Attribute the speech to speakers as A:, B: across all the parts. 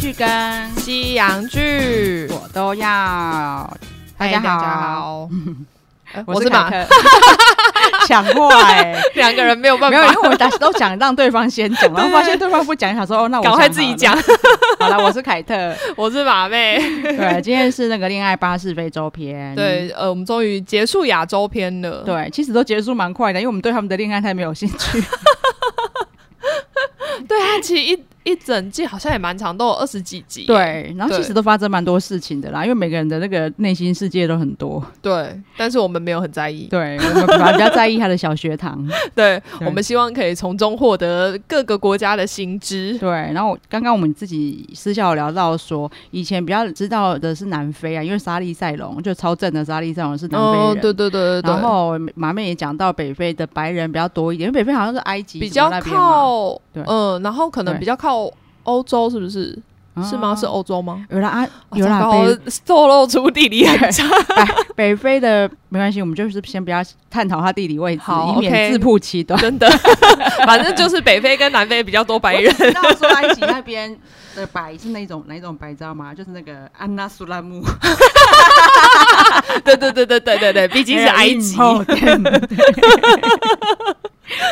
A: 剧跟
B: 西洋剧。
A: 我都要。大
B: 嗨
A: 家
B: 哎大家
A: 好，
B: 好，呃
A: 我
B: 我是马
A: 凯，特， 抢过来、
B: 两个人没有办
A: 没有，因
B: 法，
A: 为我们打 都想让对方先讲，然后发现对方不讲，想说哦，那我
B: 赶快自己讲。
A: 好了。好了，我是凯特，
B: 我是马妹。
A: 对，今天是那个恋爱巴士非洲篇，
B: 对，呃，我们终于结束亚洲篇了。，
A: 对，其实都结束蛮快的，因为我们对他们的恋爱太没有兴 趣。
B: 对它其实一一整季好像也蛮长，都有二十几集。
A: 对，然后其
B: 对
A: 实都发生蛮多事情的啦，因为每个人的那个内心世界都很多。
B: 对，但是我们没有很在意。
A: 对，我们反而比较在意他的小学堂。
B: 对，
A: 对
B: 我们希望可以从中获得各个国家的薪知。
A: 对，然后我刚刚我们自己私下有聊到说，以前比较知道的是南非啊，因为沙利塞隆就超正的沙利塞隆是南非人。
B: 哦，对对对对对，
A: 然后马妹也讲到北非的白人比较多一点，因为北非好像是埃及
B: 比
A: 什么
B: 较
A: 那边嘛、
B: 靠，
A: 对
B: 嗯，然后可能
A: 对
B: 比较靠欧洲，是不是？
A: 啊
B: 是吗？是欧洲吗？
A: 有啦啊，
B: 哦
A: 有啦，
B: 糟糕
A: 北
B: 透露出地理很差。
A: 北 非的没关系，我们就是先不要探讨它地理位置，
B: 好
A: 以免
B: OK
A: 自曝其短。
B: 真的，反正就是北非跟南非比较多 白人。
A: 知道说埃及那边的白是那种哪一种白，知道吗？就是那个安娜苏拉姆，
B: 对对对对对对 对，毕竟
A: 哎
B: 是埃及。
A: 哦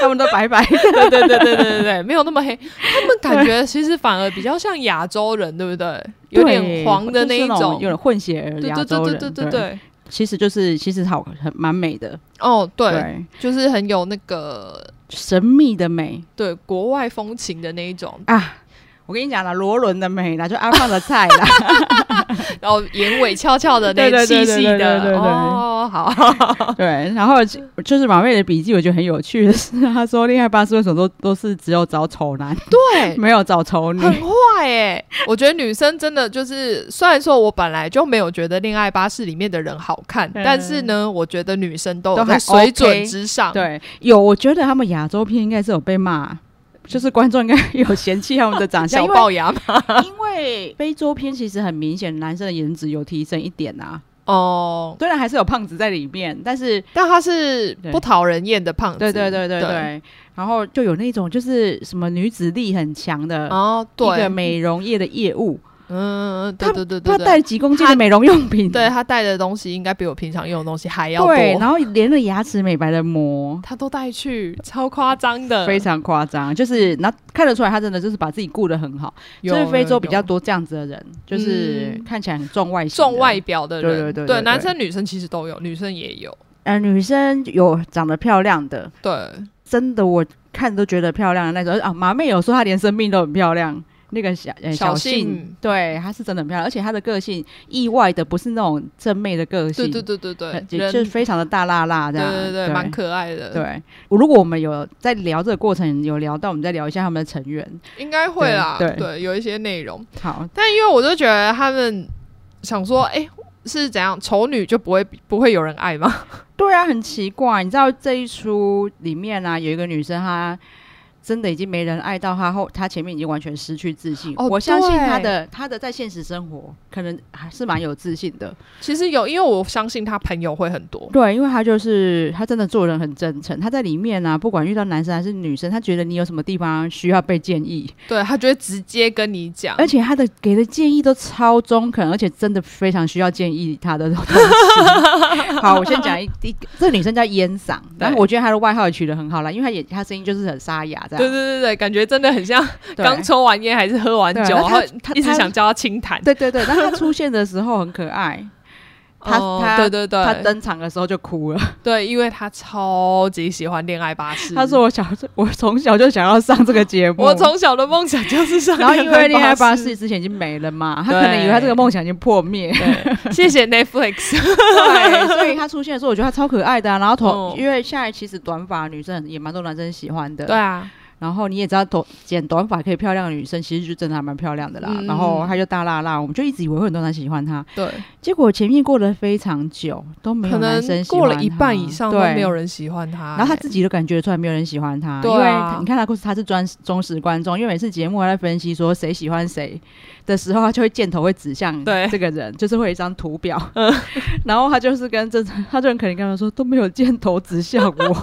A: 他们都白白的。
B: 对对对对对对对，没有那么黑。他们感觉其实反而比较像亚洲人，对不对？ 有点黄的那一
A: 就是
B: 种。
A: 有点混血儿
B: 对
A: 亚
B: 对对
A: 洲
B: 对
A: 人，
B: 对对对。
A: 其实就是其实好很蛮美的，
B: 哦，对，
A: 对，
B: 就是很有那个
A: 神秘的美
B: 对国外风情的那一种，
A: 啊！我跟你讲啦，罗伦的美啦，就阿胖的菜 啦，
B: 然后眼尾翘翘的
A: 对
B: 那
A: 对
B: 细
A: 对
B: 细
A: 对对对对
B: 的。
A: 对
B: 哦，好，
A: 对。然后就是马妹的笔记，我觉得很有趣的是，她说恋爱巴士为什么都都是只有找丑男，
B: 对，
A: 没有找丑女
B: 很？坏哎、我觉得女生真的就是，虽然说我本来就没有觉得《恋爱巴士》里面的人好看，
A: 嗯
B: 但是呢，我觉得女生都
A: 都
B: 有
A: 还
B: 在水
A: OK
B: 准之上。
A: 对，有，我觉得他们亚洲片应该是有被骂，就是观众应该有嫌弃他们的长相，
B: 小
A: 因为
B: 龅牙嘛，
A: 因为非洲片其实很明显，男生的颜值有提升一点啊，
B: 哦、
A: 虽然还是有胖子在里面，但是
B: 但她是不讨人厌的胖子。
A: 对对对对对，然后就有那种就是什么女子力很强的。
B: 哦，
A: 一个
B: 对，
A: 美容业的业务，
B: 嗯，对对对
A: 他
B: 对
A: 带
B: 对，
A: 几公斤的美容用品，
B: 对她带的东西应该比我平常用的东西还要多，
A: 对，然后连了牙齿美白的膜，
B: 她都带去，超夸张的，
A: 非常夸张，就是那看得出来他真的就是把自己顾得很好，
B: 有
A: 就是非洲比较
B: 有
A: 多这样子的人，就是
B: 嗯
A: 看起来很重外形的
B: 重外，表的人，
A: 对对对对对
B: 男生女生其实都有，女生也有，
A: 呃，女生有长得漂亮的，
B: 对。
A: 真的我看都觉得漂亮的那种啊。马妹有说她连生病都很漂亮，那个小、呃
B: 小
A: 信，
B: 信
A: 对，她是真的很漂亮，而且她的个性意外的不是那种正妹的个性，
B: 对对对对对，
A: 呃
B: 人
A: 也就是非常的大辣辣这
B: 对
A: 样，
B: 对对，蛮可爱的，，
A: 对，我如果我们有在聊这个过程，有聊到，我们再聊一下他们的成员。
B: 应该会啦，
A: 对对
B: 有一些内容，
A: 好，
B: 但因为我就觉得他们想说，哎、是怎样丑女就不会不会有人爱吗？
A: 对啊，很奇怪，你知道这一出里面啊，有一个女生她真的已经没人爱到她后，她前面已经完全失去自信。
B: 哦
A: 我相信
B: 对
A: 她的她的在现实生活可能还是蛮有自信的，
B: 其实有，因为我相信他朋友会很多，
A: 对，因为她就是她真的做人很真诚，她在里面啊，不管遇到男生还是女生，她觉得你有什么地方需要被建议，
B: 对他就会直接跟你讲，
A: 而且她的给的建议都超中肯，而且真的非常需要建议她的 东西。好，我先讲一第一个，这个女生叫烟嗓，然后我觉得她的外号也取得很好啦，因为她也她声音就是很沙哑这
B: 对对
A: 样。
B: 对对，感觉真的很像
A: 对
B: 刚抽完烟还是喝完
A: 对
B: 酒，
A: 那
B: 然后
A: 他他
B: 一直
A: 他
B: 想叫他清谈，
A: 对 对对，但她出现的时候很可爱，他
B: 哦
A: 他
B: 对对
A: 她
B: 对，
A: 登场的时候就哭了。
B: 对，因为他超级喜欢恋爱巴士，
A: 她说：“我小时候我从小就想要上这个节目。”
B: 我从小的梦想就是上，
A: 然后因为恋爱巴士之前已经没了嘛，她可能以为她这个梦想已经破灭。
B: 对，谢 谢 Netflix。
A: 对， 所以她出现的时候，我觉得她超可爱的啊。然后头，
B: 哦
A: 因为现在其实短发女生也蛮多男生喜欢的。
B: 对啊，
A: 然后你也知道，短剪短发可以漂亮的女生，其实就真的还蛮漂亮的啦。
B: 嗯
A: 然后她就大辣辣，我们就一直以为会很多男生喜欢她，
B: 对，
A: 结果前面过了非常久都没
B: 可
A: 有男
B: 能
A: 生喜
B: 过
A: 欢她
B: 了一半以上都没有。
A: 对
B: 人喜欢他、
A: 然后她
B: 欸
A: 自己都感觉出来没有人喜欢她，
B: 对
A: 因为
B: 啊
A: 她你看她故事，她是专忠实观众，因为每次节目她在分析说谁喜欢谁的时候，她就会箭头会指向
B: 对嗯
A: 这个人，就是会有一张图 表， 然后她就是跟这，她就很可怜跟他说都没有箭头指向我，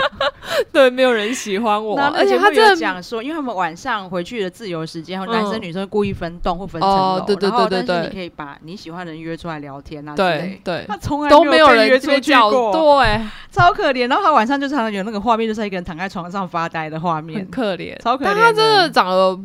B: 对，没有人喜欢 我，
A: 然后那
B: 而
A: 个
B: 且
A: 节目
B: 他
A: 有
B: 真的
A: 讲说，因为他们晚上回去的自由时间，男
B: 嗯
A: 生女生故意分栋或分层
B: 哦
A: 楼，
B: 对对
A: 然后
B: 对对
A: 但是
B: 对
A: 你可以把你喜欢的人约出来聊天啊之
B: 对
A: 类。
B: 对，
A: 他从来
B: 都
A: 没
B: 有
A: 被
B: 人
A: 约出
B: 追
A: 去
B: 角，
A: 过，
B: 对，
A: 超可怜。然后他晚上就常常有那个画面，就是他一个人躺在床上发呆的画面
B: 很。可怜。
A: 超可
B: 但
A: 怜啊
B: 她真的
A: 的
B: 长得，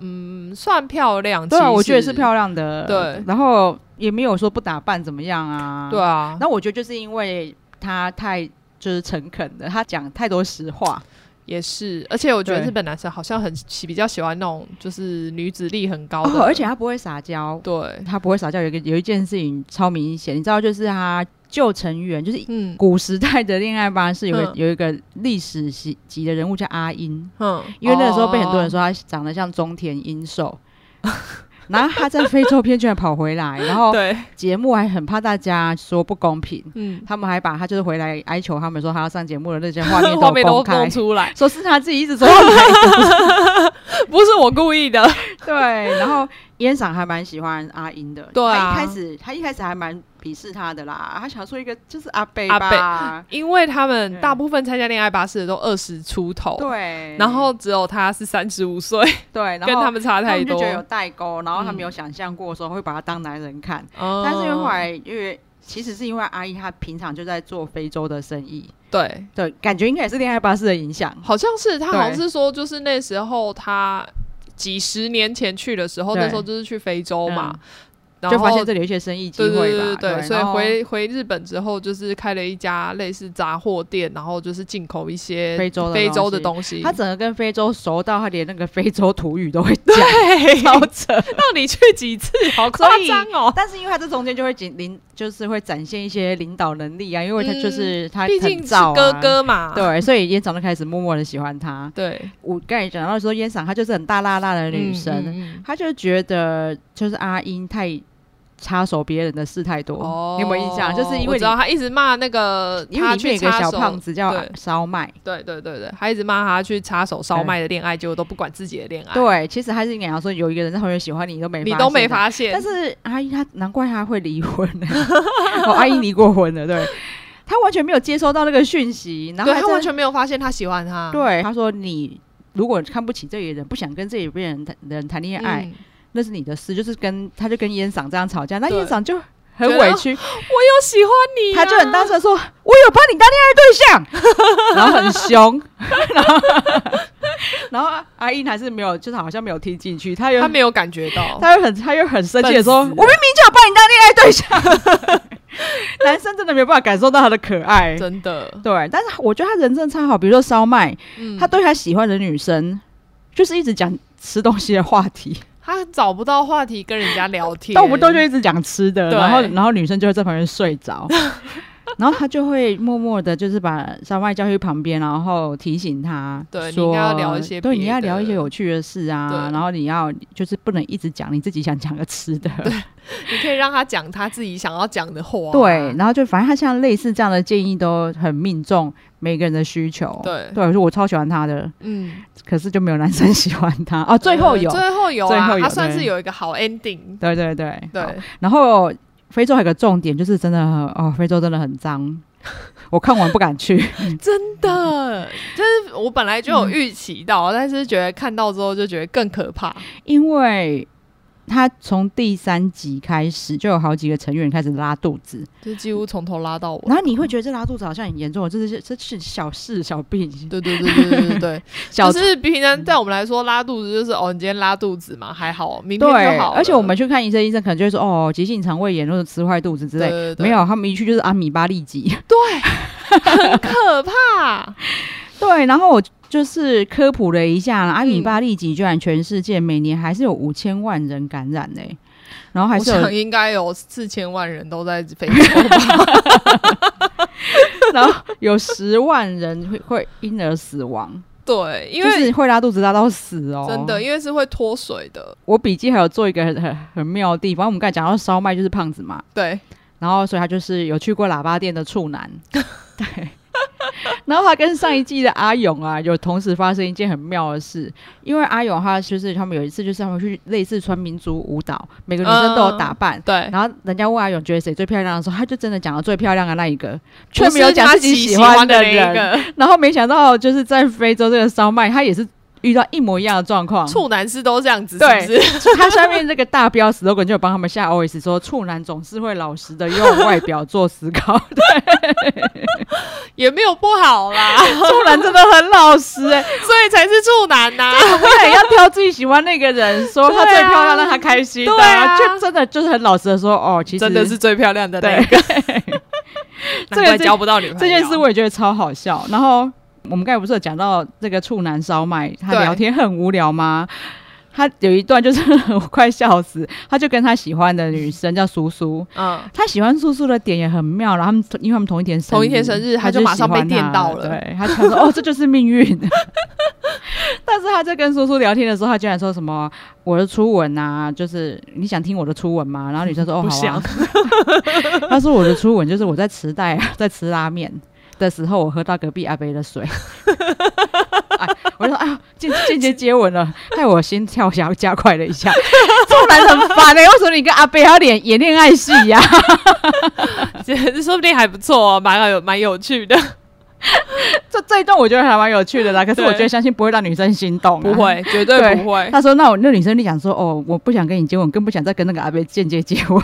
B: 嗯，算漂亮。
A: 对啊，
B: 其
A: 我觉得
B: 实
A: 是漂亮的，
B: 对
A: 然后也没有说不打扮怎么样啊，
B: 对。啊，
A: 那我觉得就是因为他太就是诚恳了，他讲太多实话，
B: 也是。而且我觉得
A: 对
B: 日本男生好像很喜比较喜欢那种就是女子力很高
A: 哦，
B: 的，
A: 而且他不会撒娇，
B: 对，
A: 他不会撒娇。有一个有一件事情超明显，你知道，就是他旧成员，就是
B: 嗯
A: 古时代的恋爱巴士有个、
B: 嗯
A: 有一个历史级级的人物叫阿英，
B: 嗯，
A: 因为那个时候被很
B: 哦
A: 多人说他长得像中田英寿。然后他在非洲片居然跑回来，然
B: 哦
A: 后
B: 对，
A: 节目还很怕大家说不公平，
B: 嗯，
A: 他们还把他就是回来哀求他们说他要上节目的那些画面
B: 画面
A: 都
B: 都
A: 公开
B: 弄，出来，
A: 说是他自己一直 说要来的
B: 不是我故意的。
A: 对，然后烟嗓还蛮喜欢阿英的，
B: 对啊
A: 他一开始他一开始还蛮鄙视他的啦，他想说一个就是阿贝
B: 阿
A: 吧，
B: 因为他们
A: 对
B: 大部分参加恋爱巴士的都二十出头，，
A: 嗯对，
B: 然后只有他是三十五岁，
A: 对，然后
B: 跟他们差
A: 他
B: 太
A: 们就
B: 多
A: 觉。得有代沟，然后他
B: 嗯
A: 没有想象过说会把他当男人看，
B: 嗯
A: 但是因为后来因为其实是因为阿英她平常就在做非洲的生意，
B: 对，
A: 对，感觉应该也是恋爱巴士的影响，
B: 好像是他好像
A: 对
B: 是说，就是那时候他几十年前去的时候，
A: 对嗯
B: 那时候就是去非洲嘛，然后
A: 就发现这里有一些生意机
B: 对
A: 会吧，
B: 对对对，
A: 对
B: 所以
A: 然后
B: 回回日本之后，就是开了一家类似杂货店，然后就是进口一些
A: 非洲的
B: 非洲的
A: 东
B: 东西。
A: 他整个跟非洲熟到他连那个非洲土语都会讲， 超扯。
B: 到底去几次？ 好夸张哦！
A: 但是因为他这中间就会紧领，就是会展现一些领导能力啊，因为他
B: 嗯
A: 就是他
B: 毕
A: 很
B: 竟是
A: 燥啊
B: 哥。哥嘛，
A: 对，所以烟嗓就开始默默的喜欢他。
B: 对，
A: 我刚才讲到说，烟嗓她就是很大辣辣的女生，
B: 嗯嗯嗯
A: 她就觉得就是阿英太插手别人的事太多。
B: 哦，
A: 你有没有印象？就是因
B: 我
A: 为
B: 知道他一直骂那个
A: 你因为
B: 他
A: 里面
B: 去
A: 有一个
B: 插
A: 小
B: 手，
A: 胖子叫
B: 对
A: 烧麦，
B: 对对对对，他一直骂他去插手烧麦的恋爱，结果都不管自己的恋爱，
A: 对，其实还是应该要说有一个人在后面喜欢你，你都没
B: 哎你
A: 发
B: 都
A: 现
B: 没
A: 的
B: 发现。
A: 但是阿姨她难怪她会离 婚呢、哦，阿姨离过婚了，对，她完全没有接收到那个讯息，然后
B: 对
A: 还
B: 他
A: 在
B: 完全没有发现他喜欢他，
A: 对她说你。如果看不起这里人，不想跟这里边人谈人谈恋
B: 嗯，
A: 爱，那是你的事。就是跟她就跟烟嗓这样吵架，那
B: 对
A: 烟嗓就很
B: 觉得
A: 委屈，
B: 我有喜欢你啊，
A: 她就很大声地说：“我有把你当恋爱 对象。”然后很凶，然后然后阿英还是没有，就是好像没有听进去，她又
B: 他没有感觉到，
A: 他又很他又很生气的说：“我
B: 笨
A: 明明
B: 死了
A: 就有把你当恋爱对象。” 男生真的没有办法感受到他的可爱。
B: 真的，
A: 对，但是我觉得他人真的超好，比如说烧麦，
B: 嗯，
A: 他对他喜欢的女生，就是一直讲吃东西的话题，
B: 他找不到话题跟人家聊天，
A: 动不动就一直讲吃的，
B: 对
A: 然后然后女生就会在旁边睡 着，然后他就会默默的，就是把烧麦叫去旁边，然后提醒他，
B: 对你
A: 说
B: 应该要聊一些
A: 对，
B: 别
A: 你要
B: 的
A: 聊一些有趣的事啊
B: 对，
A: 然后你要就是不能一直讲你自己想讲的吃 的，
B: 你可以让他讲他自己想要讲的话，啊
A: 对，然后就反正他像类似这样的建议都很命中每个人的需求。
B: 对
A: 对，我说我超喜欢他的，
B: 嗯，
A: 可是就没有男生喜欢他啊。最后
B: 呃
A: 有，
B: 最后有
A: 最
B: 啊，
A: 后有
B: 他算是
A: 对
B: 有一个好 ending，
A: 对对对好
B: 对，
A: 然后非洲还有个重点就是真的很哦，非洲真的很 脏，我看完不敢去。
B: 真的，就是我本来就有预期
A: 嗯
B: 到，但是觉得看到之后就觉得更可怕。
A: 因为他从第三集开始就有好几个成员开始拉肚子，
B: 就几乎从头拉到尾。
A: 然后你会觉得这拉肚子好像很严重，这是这是小事小病，
B: 对对对对对对 对，
A: 小
B: 就是平常在我们来说拉肚子就是哦，你今天拉肚子嘛，还好，明天
A: 对
B: 就好，了。
A: 而且我们去看医生，医生可能就会说哦，急性肠胃炎或者吃坏肚子之
B: 对
A: 类。
B: 对对
A: 没有，他们一去就是阿米巴痢疾。
B: 很可怕，
A: 对，然后我就是科普了一下，阿米巴痢疾居然全世界每年还是有五千万人感染呢、然 后还
B: 我
A: 是有，
B: 想应该有四千万人都在非洲 吧，
A: 然后有十万人会会因而死亡，
B: 对，因
A: 就
B: 为
A: 是会拉肚子拉到死哦。
B: 真的，因为是会脱水的，
A: 我笔记还有做一个很很很妙的地方，我们刚才讲到烧麦就是胖子嘛，
B: 对，
A: 然后所以他就是有去过喇叭店的处男，对，然后他跟上一季的阿勇啊，有同时发生一件很妙的事，因为阿勇他就是他们有一次就是他们去类似穿民族舞蹈，每个女生都有打扮。
B: 对，
A: 然后人家问阿勇觉得谁最漂亮的时候，他就真的讲了最漂亮的那一个，却
B: 不
A: 没有
B: 是
A: 讲
B: 他
A: 自己
B: 喜
A: 欢
B: 的那一
A: 人。嗯
B: 个
A: 然后没想到就是在非洲这个烧麦，他也是遇到一模一样的状况。
B: 处男是都这样子，是
A: 对
B: 不是？
A: 他下面这个大标 slogan 就有帮他们下 OS 说，处男总是会老实的用外表做思考， 对
B: 也没有不好啦，
A: 处男真的很老实哎、
B: 所以才是处男呐、
A: 我也要挑自己喜欢那个人，说
B: 对
A: 他
B: 啊
A: 最漂亮，让他开心的，
B: 对啊
A: 就真的就是很老实的说，哦，其实
B: 真的是最漂亮的欸
A: 对
B: 那一 个，
A: 这
B: 难
A: 个
B: 怪
A: 这
B: 交不到女朋友。
A: 这件事，我也觉得超好笑。然后我们刚才不是有讲到这个处男烧麦，他
B: 对
A: 聊天很无聊吗？他有一段就是 我快笑死，他就跟他喜欢的女生叫苏苏，
B: 嗯，
A: 他喜欢叔叔的点也很妙，然后他们因为他们同一天生日
B: 同一天生日
A: 他
B: 他就马上被
A: 喜欢他
B: 电到了
A: 对他想说哦，这就是命运。 但是他在跟叔叔聊天的时候，他居然说什么我的初吻啊，就是你想听我的初吻吗？然后女生说哦
B: 不
A: 好啊
B: 想，
A: 他说我的初吻就是我在磁带 啊，在吃拉面。的时候，我喝到隔壁阿伯的水， 哎，我就说啊，间间接接吻了，害我心跳想要加快了一下。 突然很烦哎、欸，为什么你跟阿伯还要演演恋爱戏呀、
B: 说不定还不错、哦，蛮有蛮有趣的，
A: 这这一段我觉得还蛮有趣的啦，可是我觉
B: 对
A: 得相信不会让女生心动、啊
B: 不。会，绝对
A: 对
B: 不会。
A: 他说：“那我那女生就想说，哦，我不想跟你结婚，更不想再跟那个阿贝间接结 婚。？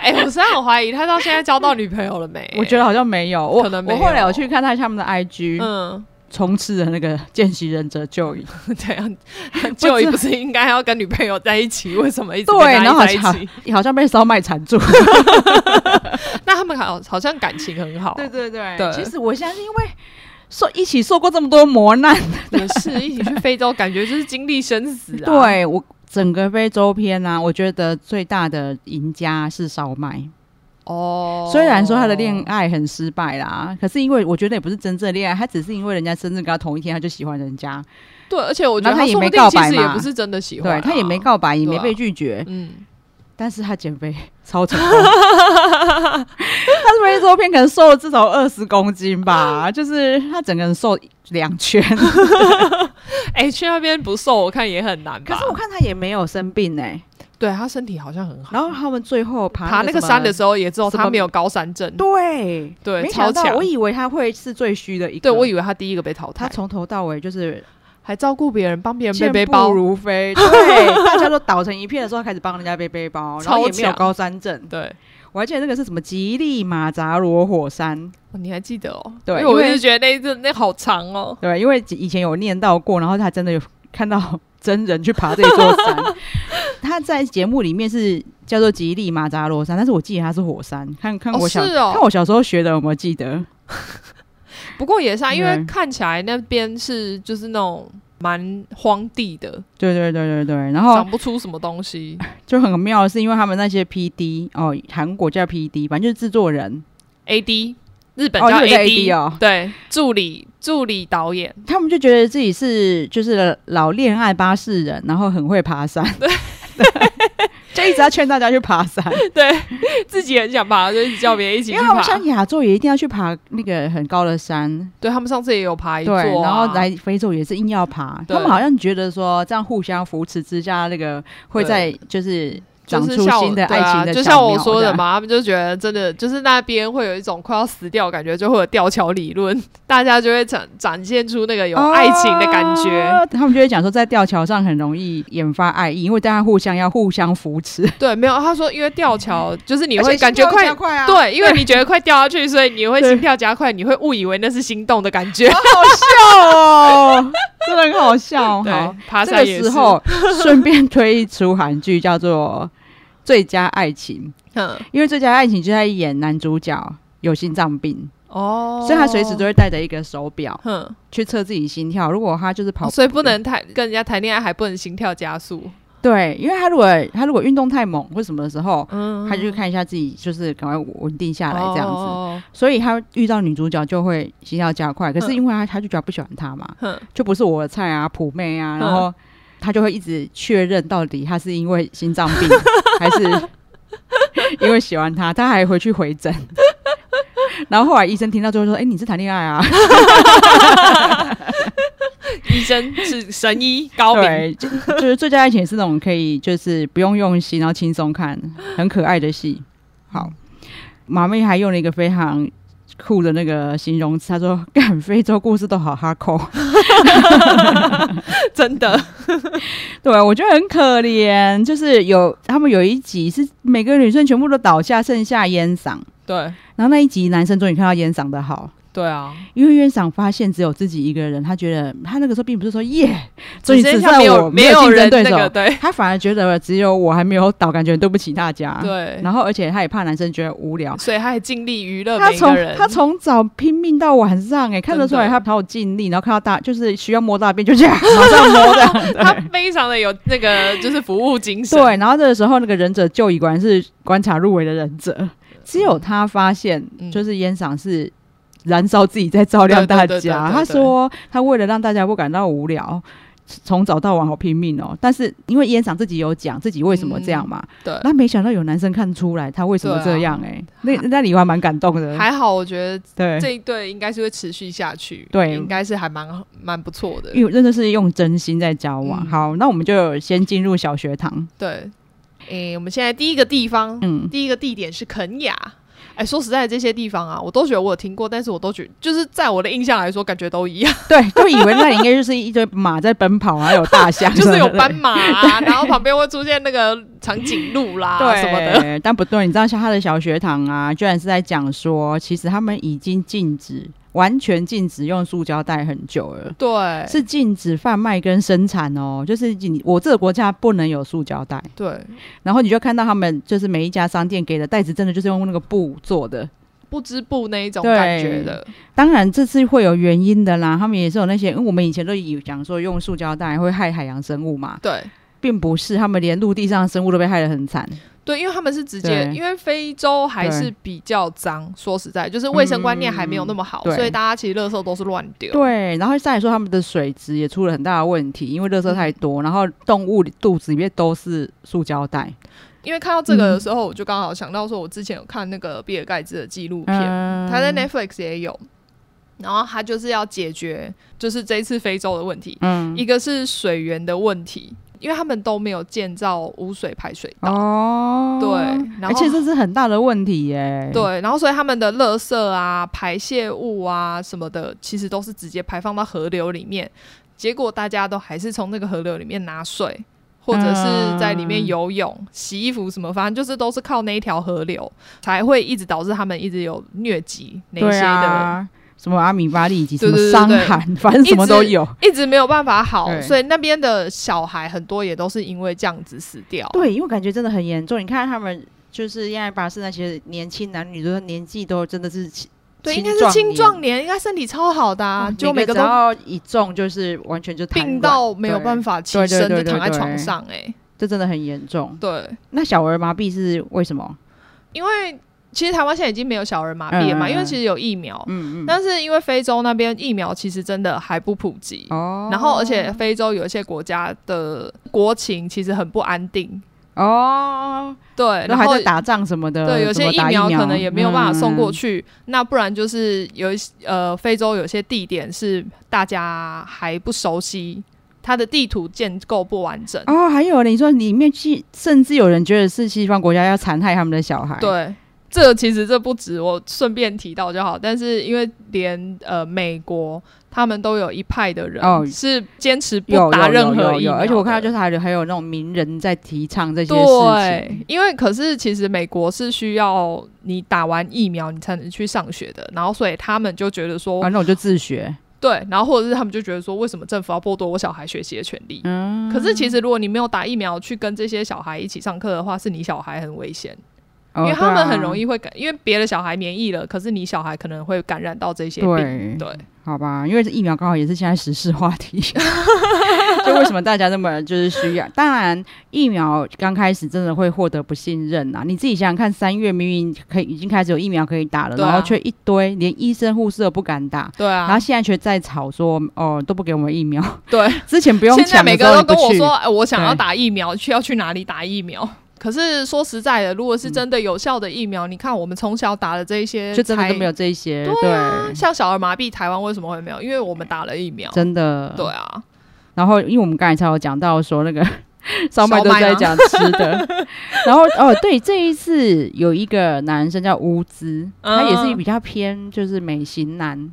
B: 哎、我实在很怀疑他到现在交到女朋友了没
A: 我觉得好像没有，我
B: 可能没有
A: 我后来有去看他他们的 IG，、
B: 嗯，
A: 充斥了那个见习忍者就椅。
B: 对 啊，就不是应该要跟女朋友在一起，为什么一直跟
A: 对，然后
B: 他
A: 好
B: 在一
A: 像
B: 起？
A: 好像被烧麦缠住。
B: 那他们好好像感情很好，
A: 对对
B: 对
A: 其实我相信，因为受一起受过这么多磨难，
B: 也是一起去非洲，感觉就是经历生死 啊。，
A: 对我整个非洲篇啊，我觉得最大的赢家是烧麦。
B: 哦，
A: 虽然说他的恋爱很失败啦，可是因为我觉得也不是真正的恋爱，他只是因为人家生日跟他同一天，他就喜欢人家，
B: 对，而且我觉得
A: 然后他也
B: 说不
A: 没
B: 定
A: 告
B: 其
A: 白
B: 实也
A: 嘛
B: 不是真的喜欢、
A: 对他也没，告白，也
B: 对
A: 没
B: 啊
A: 被拒绝，
B: 嗯，
A: 但是他减肥超成 功。他是非洲片可能瘦了至少二十公斤 吧，就是他整个人瘦两圈，
B: 哎、去那边不瘦，我看也很难
A: 可
B: 吧
A: 是。我看他也没有生病哎、
B: 对他身体好像很好，
A: 然后他们最后爬
B: 爬那个
A: 什么
B: 山的时候也只有
A: 什么
B: 他没有高山症。
A: 对
B: 对
A: 没想
B: 超
A: 到
B: 强
A: 我以为他会是最虚的一个，
B: 对，我
A: 为
B: 以为他第一个被淘
A: 他
B: 汰，
A: 从头到尾就是
B: 还照顾别人，帮别人背
A: 健
B: 背
A: 步
B: 包。
A: 如 飞，对，大家都倒成一片的时候，他开始帮人家背背包，然后也
B: 超
A: 没有
B: 强
A: 高山症。
B: 对，
A: 我还记得那个是什么吉利马扎罗火山，
B: 哦你还记得哦？
A: 对
B: 因为我
A: 因为
B: 就觉得那一阵那好长 哦。
A: 对，因为以前有念到过，然后他真的有看到 真人去爬这座山。他在节目里面是叫做吉利马扎罗山，但是我记得它是火山。看看
B: 哦
A: 我小、
B: 是哦
A: 看我小时候学的有没有记得？
B: 不过也是啊，因为
A: 对
B: 看起来那边是就是那种蛮荒地的，
A: 对对对对对，然后
B: 长不出什么东 西。
A: 就很妙的是，因为他们那些 P D 哦，韩国叫 P D，反正就是制作人，
B: A D 日本
A: 哦
B: 叫
A: 日本
B: A
A: AD 哦
B: 对，助理助理导演，
A: 他们就觉得自己是就是老恋爱巴士人，然后很会爬山， 对，就一直要劝大家去爬 山，
B: 对 自己很想爬，就一直叫别人一起
A: 因
B: 去
A: 为他们
B: 爬。
A: 像亚洲也一定要去爬那个很高的山，
B: 对他们上次也有爬一座、啊，
A: 对，然后来非洲也是硬要爬，
B: 对
A: 他们好像觉得说这样互相扶持之下，那个会在就是
B: 就
A: 长
B: 是
A: 出
B: 像我
A: 新的
B: 对
A: 爱情的
B: 啊，就
A: 小
B: 像我
A: 苗
B: 说
A: 这
B: 的
A: 样，
B: 嘛，他们就觉得真的就是那边会有一种快要死掉的感觉，就会有吊桥理论， 大家就会展展现出那个有爱情的感觉。
A: 哦他们就会讲说，在吊桥上很容易引发爱意，因为大家互相要互相扶持。
B: 对，没有他说，因为吊桥就是你
A: 而
B: 会
A: 且
B: 感
A: 心
B: 觉
A: 跳会
B: 快
A: 加，快啊，
B: 对，因为你觉得快掉下去，所以你会
A: 对
B: 心跳加快，你会误以为那是心动的感觉。
A: 好笑哦，真的很好笑。哦
B: 对
A: 好，，
B: 爬
A: 这
B: 山
A: 个
B: 也是
A: 时， 候顺便推一出韩剧叫做《最佳爱情》，
B: 嗯，
A: 因为《最佳爱情》就在演男主角。有心脏病，
B: 哦，
A: 所以他随时都会带着一个手表
B: 哼，
A: 去测自己心跳。如果他就是跑，
B: 所以不能谈跟人家谈恋爱，还不能心跳加速。
A: 对，因为他如果他如果运动太猛或什么的时候，
B: 嗯
A: 他就看一下自己，就是赶快稳定下来这样子。
B: 哦
A: 所以他遇到女主角就会心跳加快，可是
B: 嗯
A: 因为他他就觉得不喜欢她嘛，
B: 哼，
A: 就不是我的菜啊，普妹啊，
B: 嗯
A: 然后他就会一直确认到底他是因为心脏病还是因为喜欢他，他还回去回诊。然后后来医生听到之后说：“哎、你是谈恋爱啊
B: 医生是神医？”高明，
A: 对，就就是最佳爱情也是那种可以就是不用用心，然后轻松看，很可爱的戏。好，马妹还用了一个非常。酷的那个形容词，她说：“干非洲故事都好哈扣。”
B: 真的
A: 对，我觉得很可怜，就是有他们有一集是每个女生全部都倒下，剩下烟嗓，
B: 对
A: 然后那一集男生终于看到烟嗓的好，
B: 对啊，
A: 因为烟嗓发现只有自己一个人，他觉得他那个时候并不是说耶， 所以只
B: 只剩下
A: 在
B: 没
A: 我
B: 有
A: 没
B: 有
A: 竞
B: 人
A: 争对
B: 那
A: 手，
B: 个对
A: 他反而觉得只有我还没有倒，感觉很对不起大家。，
B: 对，
A: 然后而且他也怕男生觉得无聊。
B: 所以他也尽力娱乐
A: 他
B: 每一个
A: 从
B: 人。
A: 他从早拼命到晚上、欸，哎，看得出来
B: 真
A: 他
B: 的
A: 他有尽力，然后看到大就是需要摸大便就这样马上摸的，
B: 他非常的有那个就是服务精神，
A: 对，然后这个时候那个忍者就已果然是观察入围的忍者，只有他发现
B: 嗯，
A: 就是烟嗓是燃烧自己在照亮大
B: 对对对对
A: 家。
B: 对
A: 他
B: 对
A: 说他为了让大家不感到无聊。从早到晚好拼命哦，但是因为烟嗓自己有讲自己为什么这样嘛，
B: 对
A: 那、没想到有男生看出来他为什么这样哎、那那里我还蛮感动的，
B: 啊还好，我觉得
A: 对，
B: 这一对应该是会持续下去，
A: 对
B: 应该是还蛮蛮不错的。
A: 因为真的是用真心在交往。
B: 嗯
A: 好，那我们就先进入小学堂，
B: 对，诶、我们现在第一个地方，
A: 嗯，
B: 第一个地点是肯雅。哎、说实在，这些地方啊，我都觉得我有听过，但是我都觉就是在我的印象来说，感觉都一样，，
A: 对，就以为那里应该就是一堆马在奔跑，还有大象
B: 就是有
A: 对
B: 斑马、啊，然后旁边会出现那个长颈鹿啦
A: 对
B: 啊什么 的。
A: 但不对，你知道像他的小学堂啊，居然是在讲说，其实他们已经禁止，完全禁止用塑胶袋很久了。
B: 对，
A: 是禁止贩卖跟生产哦，就是你我这个国家不能有塑胶袋，
B: 对，
A: 然后你就看到他们就是每一家商店给的袋子，真的就是用那个布做的。
B: 不织布那一种
A: 对
B: 感觉的，
A: 当然这次会有原因的啦，他们也是有那些，因为我们以前都以讲说用塑胶袋会害海洋生物嘛，
B: 对。
A: 并不是，他们连陆地上的生物都被害得很惨。
B: 对，因为他们是直接
A: 对，
B: 因为非洲还是
A: 对
B: 比较脏，说实在，就是卫生观念还没有那么好，
A: 嗯对
B: 所以大家其实垃圾都是乱丢。
A: 对，然后再来说他们的水质也出了很大的问题，因为垃圾太多，然后动物肚子里面都是塑胶袋。
B: 因为看到这个的时候，我就刚好想到说，我之前有看那个比尔盖茨的纪录片，
A: 嗯
B: 他在 Netflix 也有，然后他就是要解决就是这一次非洲的问题，
A: 嗯
B: 一个是水源的问题，因为他们都没有建造污水排水道，
A: 哦，
B: 对，然
A: 而
B: 后
A: 且这是很大的问题耶。，
B: 对，然后所以他们的垃圾啊、排泄物啊什么的，其实都是直接排放到河流里面，结果大家都还是从那个河流里面拿水。或者是在里面
A: 嗯
B: 游泳、洗衣服什么，反正就是都是靠那一条河流，才会一直导致他们一直有疟疾那些
A: 对
B: 的，
A: 啊，什么阿米巴利以及什
B: 对
A: 么
B: 对对
A: 伤
B: 对
A: 寒，反正什么都有。
B: 一直没有办法好，
A: 对
B: 所以那边的小孩很多也都是因为这样子死掉。
A: 对，因为感觉真的很严重。你看他们就是亚爱巴士那些年轻男女，就是年纪都真的是青
B: 对，应该是青壮
A: 年哦
B: 年，应该身体超好的啊，就每
A: 每
B: 个
A: 只
B: 都
A: 要一中就是完全就瘫
B: 病
A: 软
B: 到没有
A: 对
B: 办法起
A: 对对
B: 身，就
A: 对对
B: 躺在
A: 对
B: 床上、哎，
A: 这真的很严重。
B: 对。
A: 那小儿麻痹是为什么？
B: 因为其实台湾现在已经没有小儿麻痹了
A: 嗯
B: 嘛，
A: 嗯嗯
B: 因为其实有疫苗，
A: 嗯嗯。
B: 但是因为非洲那边疫苗其实真的还不普及。
A: 哦
B: 然后，而且非洲有一些国家的国情其实很不安定，
A: 哦，
B: 对，
A: 然
B: 然
A: 后还
B: 后
A: 在打仗什么的，
B: 对有
A: 呃怎
B: 些
A: 么
B: 疫
A: 打疫嗯
B: 苗可能也没有办法送过
A: 去。
B: 去，那不然就是有一些呃，非洲有些地点是大家还不熟悉，它的地图建构不完整，
A: 哦，还有你说里面去，甚至有人觉得是西方国家要残害他们的小孩，，
B: 对，这其实这不止我顺便提到就好，但是因为连呃美国他们都有一派的人、
A: 哦
B: 是坚持不
A: 有
B: 打
A: 有
B: 任
A: 有
B: 何
A: 有
B: 疫
A: 有，
B: 苗的，
A: 而且我看到就是还有还有那种名人在提倡这些事
B: 对
A: 情，，
B: 因为可是其实美国是需要你打完疫苗你才能去上学的，然后所以他们就觉得说、
A: 啊反正我就自学，
B: 对，然后或者是他们就觉得说为什么政府要剥夺我小孩学习的权利？
A: 嗯，
B: 可是其实如果你没有打疫苗去跟这些小孩一起上课的话，是你小孩很危险。
A: 因
B: 因为他们很
A: 啊
B: 容易会感，因为别的小孩免疫了，可是你小孩可能会感染到这些
A: 对
B: 病。对
A: 好吧，因为这疫苗刚好也是现在时事话题， 就为什么大家那么就是需要？当然，疫苗刚开始真的会获得不信任啊！你自己想想看，三月明明可以已经开始有疫苗可以打了，
B: 对啊
A: 然后却一堆连医生护士都不敢打。
B: 对
A: 然后
B: 啊，
A: 现在却在吵说，哦，都不给我们疫苗。
B: 对，
A: 之前不用
B: 现在
A: 抢
B: 每
A: 的时
B: 个
A: 候
B: 都
A: 你不
B: 跟我
A: 去，
B: 说，哎，我想要
A: 对
B: 打疫苗，去要去哪里打疫苗？可是说实在的，如果是真的有效的疫苗，你看我们从小打的这一些，
A: 就真的都没有。这一些，
B: 对啊，
A: 对，
B: 像小儿麻痹，台湾为什么会没有？因为我们打了疫苗。
A: 真的。
B: 对啊，
A: 然后，因为我们刚才才有讲到说 那个烧麦都
B: 烧麦吗
A: 在讲吃的， 然后哦，对，这一次有一个男生叫乌兹，他也是
B: 嗯
A: 比较偏就是美型男，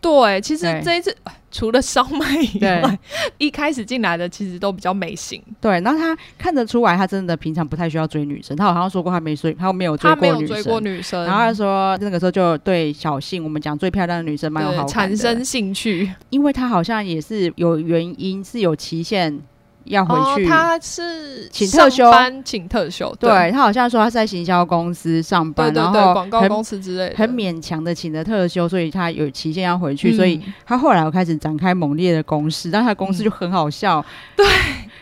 B: 对，其实
A: 对
B: 这一次哎除了烧麦以
A: 对
B: 外，一开始进来的其实都比较美型，
A: 对，然后他看得出来，他真的平常不太需要追女生，他好像说过他没追，他没有追
B: 他没
A: 过
B: 有
A: 女
B: 追
A: 生，
B: 过女生，
A: 然后他说那个时候就对小性，我们讲最漂亮的女生蛮有
B: 对
A: 好感
B: 产
A: 的
B: 生兴趣。
A: 因为他好像也是有原因，是有期限要回去。
B: 哦、他是
A: 请特休
B: 上班请特休，
A: 对他好像说他是在行销公司上
B: 对
A: 班，
B: 对
A: 然
B: 对，
A: 后
B: 广告
A: 很
B: 公司之类的，
A: 很勉强的请了特休，所以他有期限要回去，所以
B: 嗯
A: 他后来有开始展开猛烈的攻势，但他的攻势就很好笑。对，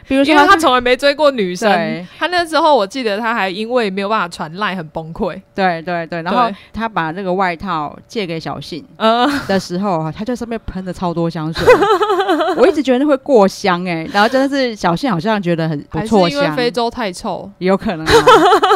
A: 比如说
B: 因为他
A: 他
B: 从来没追过女生
A: 对，
B: 他那时候我记得他还因为没有办法传赖很崩 溃，
A: 对对对，然后
B: 对
A: 他把那个外套借给小信
B: 呃，
A: 的时候啊，他在上面喷了超多香 水，我一直觉得会过香哎、然后真的是小信好像觉得很不
B: 还是
A: 错
B: 因为
A: 香，
B: 非洲太臭，
A: 也有可能、啊。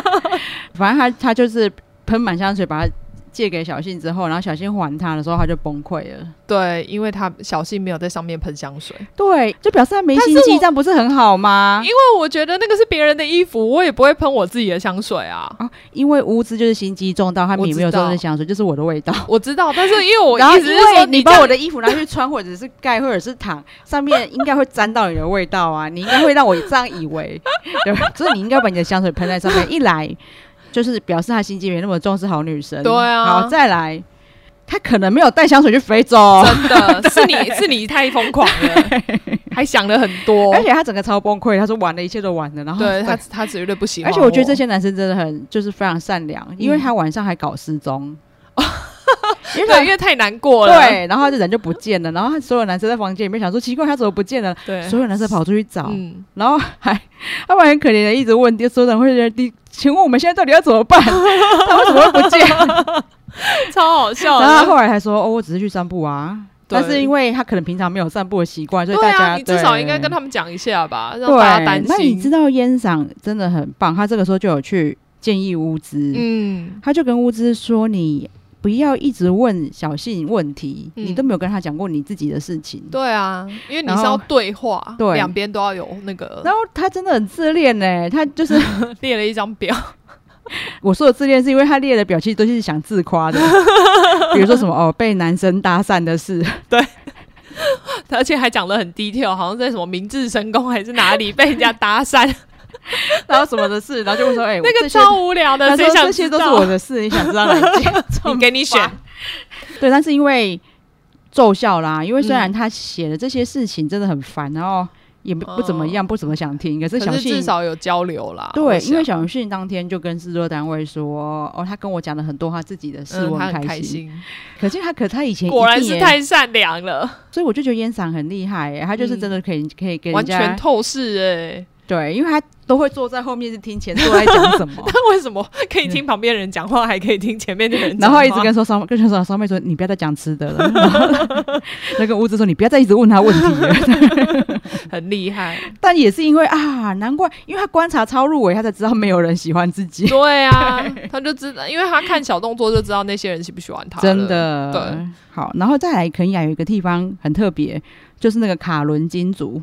A: 反正他他就是喷满香水，把它借给小信之后，然后小信还他的时候，他就崩溃了。
B: 对，因为他小信没有在上面喷香水，
A: 对，就表示他没心
B: 但是
A: 机，
B: 我
A: 这样不是很好吗
B: 因？为我觉得那个是别人的衣服，我也不会喷我自己的香水啊。
A: 啊，因为乌兹就是心机重到他
B: 我
A: 也
B: 知
A: 没有说
B: 道
A: 是香水，就是我的味道。
B: 我知道，但是因为我
A: 然后
B: 一
A: 因
B: 直是说
A: 为你把我
B: 的
A: 的衣服拿去穿，或者是盖，或者是躺，上面应该会沾到你的味道啊，你应该会让我这样以为，对吧？所以你应该把你的香水喷在上面，一来就是表示他心机没那么重视好女生，
B: 对啊
A: 好，再来，他可能没有带香水去非洲哦，
B: 真的 是你是你太疯狂了，还想了很多
A: 而，且他整个超崩溃，他说完了一切都完了，然后
B: 对他他绝对不喜欢，
A: 而且我觉得这些男生真的很就是非常善良，因
B: 嗯
A: 为他晚上还搞失踪， 因为
B: 对，
A: 他
B: 因为太难过了，
A: 对，然后他的人就不见了，然后他所有男生在房间里面想说奇怪他怎么不见了，
B: 对，
A: 所有男啊生跑出去找，
B: 嗯，
A: 然后还他们很可怜的一直问，所有人会觉得第，请问我们现在到底要怎么办？ 他为什么会不见？
B: 超好笑
A: 然后他
B: 的。
A: 后来还说哦，我只是去散步啊。
B: 对
A: 但是因为他可能平常没有散步的习惯，所以大
B: 对
A: 家
B: 啊，你至少应该跟
A: 他
B: 他们讲一下吧，让
A: 对。
B: 大家担心。
A: 那你知道烟嗓真的很棒，他这个时候就有去建议乌兹，
B: 嗯，
A: 他就跟乌兹说你。不要一直问小信问题，
B: 嗯
A: 你都没有跟他讲过你自己的事情。
B: 对啊，因为你
A: 然
B: 是
A: 后
B: 要对话，
A: 对
B: 两边都要有那个
A: 然后他真的很自恋呢、他就是
B: 列了一张表，
A: 我说的自恋是因为他列的表，其实都是想自夸 的，比如说什么哦被男生搭讪的 事，
B: 而且还讲的很低调，好像在什么明治神宫还是哪里被人家搭 讪，
A: 然后什么的事，然后就会说哎、我
B: 那
A: 这
B: 个
A: 些
B: 超无聊的，
A: 他说
B: 谁想
A: 这些
B: 知
A: 都是我
B: 道？
A: 的事，你想知道哪一件？
B: 你给你选，
A: 对，但是因为奏效啦，因为虽
B: 嗯
A: 然他写的这些事情真的很烦，然后也不不怎么样，不怎么想听，可是小
B: 哦可是
A: 信
B: 至少有交流啦。
A: 对
B: 我，想
A: 因为小信当天就跟制作单位说，哦，他跟我讲了很多他自己的事，
B: 嗯
A: 我
B: 他
A: 很
B: 很
A: 开
B: 开
A: 心。
B: 心，
A: 可见他可他以前
B: 果然
A: 一定
B: 是
A: 也，
B: 太善良了，
A: 所以我就觉得烟嗓很厉害、欸，他就是真的可以、可以给人
B: 完
A: 家
B: 全透视哎。。
A: 对，因为他都会坐在后面是听前座在讲什么
B: 那为什么可以听旁边人讲话，还可以听前面的人
A: 然
B: 讲话？
A: 后一直跟说商跟说商妹说你不要再讲吃的了，然后那个屋子说你不要再一直问他问题了，
B: 很厉 害。
A: 但也是因为啊，难怪，因为他观察超入微，他才知道没有人喜欢自己，
B: 对啊，他就知道，因为他看小动作就知道那些人喜不喜欢他了。
A: 真的。
B: 对，
A: 好，然后再来肯雅有一个地方很特别，就是那个卡伦金族，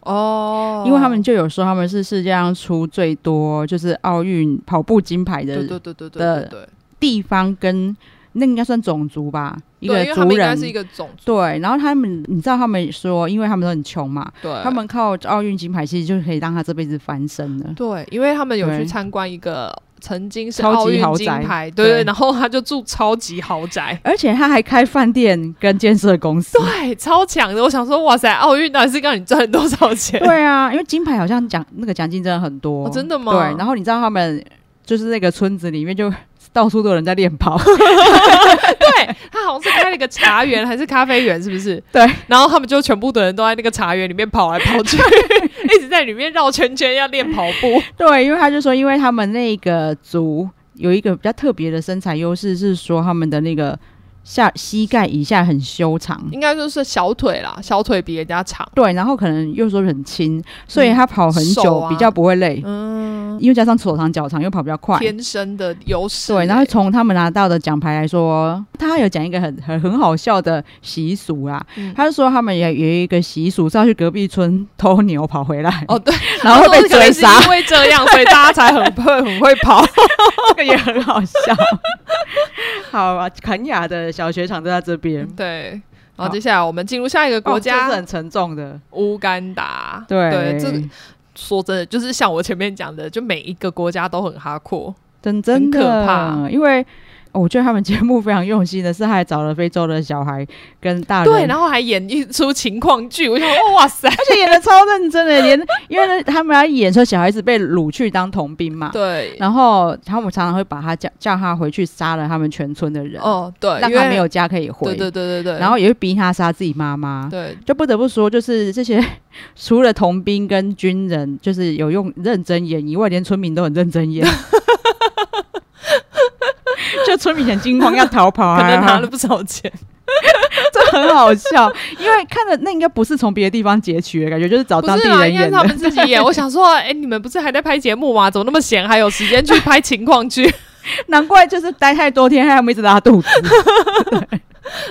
B: 哦，
A: 因为他们就有说他们是世界上出最多就是奥运跑步金牌的
B: 对对对对对
A: 的
B: 对对，
A: 地方跟。那应该算种族吧，一
B: 对
A: 个
B: 因为他
A: 族
B: 们应该
A: 人
B: 是一个种族，
A: 对，然后他们，你知道他们说，因为他们都很穷嘛，
B: 对，
A: 他们靠奥运金牌其实就可以让他这辈子翻身了。
B: 对，因为他们有去
A: 对
B: 参观一个曾经是
A: 超级
B: 奥运
A: 豪
B: 金
A: 宅
B: 牌，对对，
A: 对
B: 然后他就住超级豪宅。
A: 而且他还开饭店跟建设公司。
B: 对，超强的！我想说，哇塞，奥运到底是让你赚多少钱？
A: 对啊，因为金牌好像奖那个奖金真的很多，
B: 哦真的吗
A: 对，然后你知道他们就是那个村子里面就到处都有人在练 跑，
B: 对，他好像是开了一个茶园还是咖啡园，是不是？
A: 对。
B: 然后他们就全部的人都在那个茶园里面跑来跑 去，一直在里面绕圈圈，要练跑步。
A: 对，因为他就说，因为他们那个族有一个比较特别的身材优势，是说他们的那个下膝盖以下很修长，
B: 应该就是小腿啦，小腿比人家长。
A: 对，然后可能又说很轻，所以他跑很久、
B: 手啊
A: 比较不会累，
B: 嗯，
A: 因为加上手长脚长又跑比较快。
B: 天生的优势欸。
A: 对，然后从他们拿到的奖牌来说，他有讲一个很很很好笑的习俗啦，
B: 嗯
A: 他就说他们也有一个习俗是要去隔壁村偷牛跑回来，
B: 哦，对，
A: 然后会被追杀
B: 他说可能是，因为这样，所以大家才 很会很会跑。
A: 哦这个也很好 笑。好啊，肯雅的小雪场就在这边，
B: 对，然
A: 好
B: 后接下来我们进入下一个
A: 嗯
B: 国
A: 哦这
B: 家
A: 是很沉重的，
B: 乌干达。
A: 对
B: 这个说真的，就是像我前面讲的，就每一个国家都很哈阔。
A: 真真的
B: 很可怕
A: 因为。哦我觉得他们节目非常用心的是，还找了非洲的小孩跟大人，
B: 对，然后还演一出情况剧，我就想， 哦哇塞，
A: 而且演的超认真的，连因为呢他们要演说小孩子被掳去当童兵嘛，
B: 对，
A: 然后他们常常会把他叫叫他回去杀了他们全村的人，
B: 哦对，
A: 让
B: 因
A: 他
B: 为
A: 没有家可以回，
B: 对对对对对，
A: 然后也会逼他杀自己妈妈。
B: 对
A: 就不得不说，就是这些除了童兵跟军人，就是有用认真演以外，连村民都很认真 演。就村民很惊慌要逃跑啊，
B: 可能拿了不少钱。
A: 这 很好笑，因为看的那应该不是从别的地方截取的感觉，就是找
B: 不
A: 哦当地
B: 是啦，
A: 人
B: 应该是
A: 演
B: 他
A: 的。
B: 们自己 演。我想说，哎、你们不是还在拍节目吗？怎么那么闲，还有时间去拍情况剧？
A: 难怪就是待太多天，害他们一直拉肚子。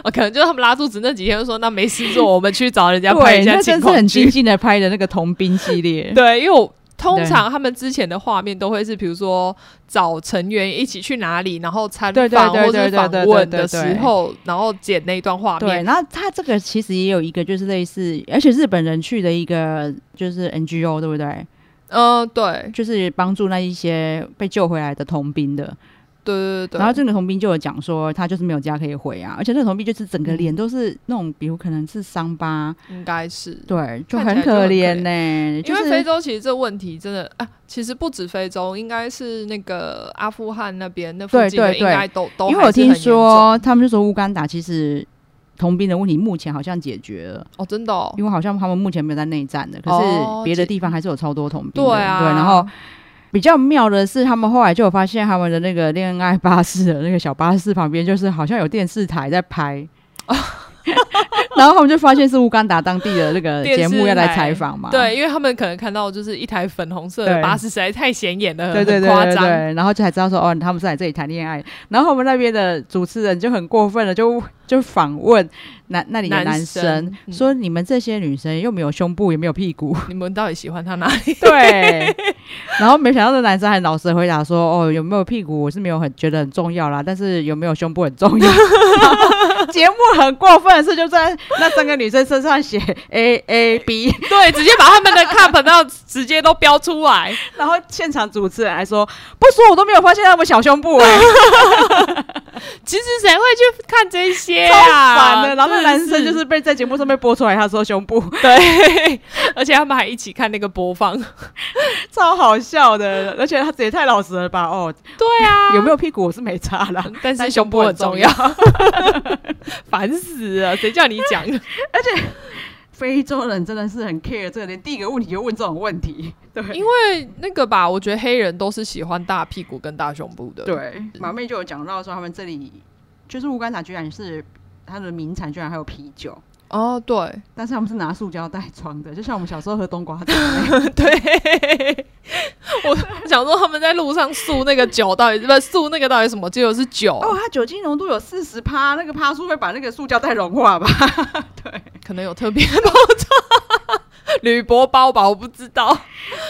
B: 哦，可能就是他们拉肚子那几天，就说那没事做，我们去找人家拍
A: 对，
B: 一下
A: 那真
B: 情
A: 是很
B: 况
A: 精
B: 剧。
A: 心的拍的那个童兵系列。
B: 对，因为我通常他们之前的画面都会是，比如说找成员一起去哪里，然后参
A: 对对
B: 访
A: 对
B: 或
A: 对
B: 是
A: 对
B: 访
A: 对
B: 问
A: 对
B: 的
A: 对
B: 时候，然后剪那一段画
A: 对，
B: 面。
A: 然后他这个其实也有一个就是类似，而且日本人去的一个就是 NGO，对不对？
B: 嗯，对
A: 就是帮助那一些被救回来的童兵的。
B: 对对对对。
A: 然后这个童兵就有讲说，他就是没有家可以回啊，而且那个童兵就是整个脸都是那种，比如可能是伤疤，
B: 应该是。
A: 对，就
B: 看起
A: 很
B: 来就很
A: 可
B: 可
A: 怜
B: 怜
A: 呢、就
B: 因为非
A: 是
B: 洲其实这问题真的啊，其实不止非洲，应该是那个阿富汗那边那附
A: 对
B: 近的
A: 对
B: 应
A: 对
B: 该都都
A: 因为
B: 还
A: 我
B: 是
A: 听
B: 很严重
A: 说他们就说乌干达其实童兵的问题目前好像解决了。
B: 哦，真的、哦，
A: 因为好像他们目前没有在内战的，可
B: 哦
A: 是别的
B: 这
A: 地方还是有超多同兵
B: 对
A: 的。
B: 啊，
A: 对，然后比较妙的是，他们后来就有发现他们的那个恋爱巴士的那个小巴士旁边，就是好像有电视台在拍。 然后他们就发现是乌干达当地的那个
B: 电
A: 节
B: 视
A: 目要来
B: 台
A: 采访嘛，
B: 对，因为他们可能看到就是一台粉红色的
A: 啊对
B: 巴士，实在太显眼了，
A: 对对
B: 很
A: 对
B: 夸
A: 对
B: 张。
A: 对，然后就才知道说哦，他们是来这里谈恋爱。然后我们那边的主持人就很过分了，就就访问那那里的男生，
B: 生嗯
A: 说你们这些女生又没有胸部，也没有屁股，
B: 你们到底喜欢他哪 里？
A: 对，然后没想到这男生还老实回答说：“哦，有没有屁股我是没有很觉得很重要啦，但是有没有胸部很重要。” 节目很过分的是，就在那三个女生身上写 A A B，
B: 对，直接把他们的 cup 到直接都标出来，
A: 然后现场主持人还说：“不说我都没有发现他们小胸部哎、
B: 其实谁会去看这些
A: 超
B: 啊？
A: 烦的。”然后那
B: 真的
A: 男生就是被在节目上面播出来，他说胸部
B: 对，而且他们还一起看那个播放。
A: 超好笑的，而且他也太老实了吧？哦，
B: 对啊，
A: 有没有屁股我是没差啦。
B: 但
A: 但
B: 是胸
A: 部，
B: 部很重要，烦死了！谁叫你讲？
A: 非洲人真的是很 care 这个，连第一个问题就问这种问题，对。
B: 因为 那个吧，我觉得黑人都是喜欢大屁股跟大胸部的。，
A: 对，马妹就有讲到说，他们这里就是乌干达，居然是它的名产，居然还有啤酒，
B: 哦，对，
A: 但是他们是拿塑胶袋装的，就像我们小时候喝冬瓜茶。
B: 对， 我想说他们在路上诉那个酒到底是不是诉那个到底什么？结果是酒，
A: 哦，它酒精浓度有四十趴，那个趴数会把那个塑胶袋融化 吧？
B: 可能有特别包装， 铝箔包吧，我不知道。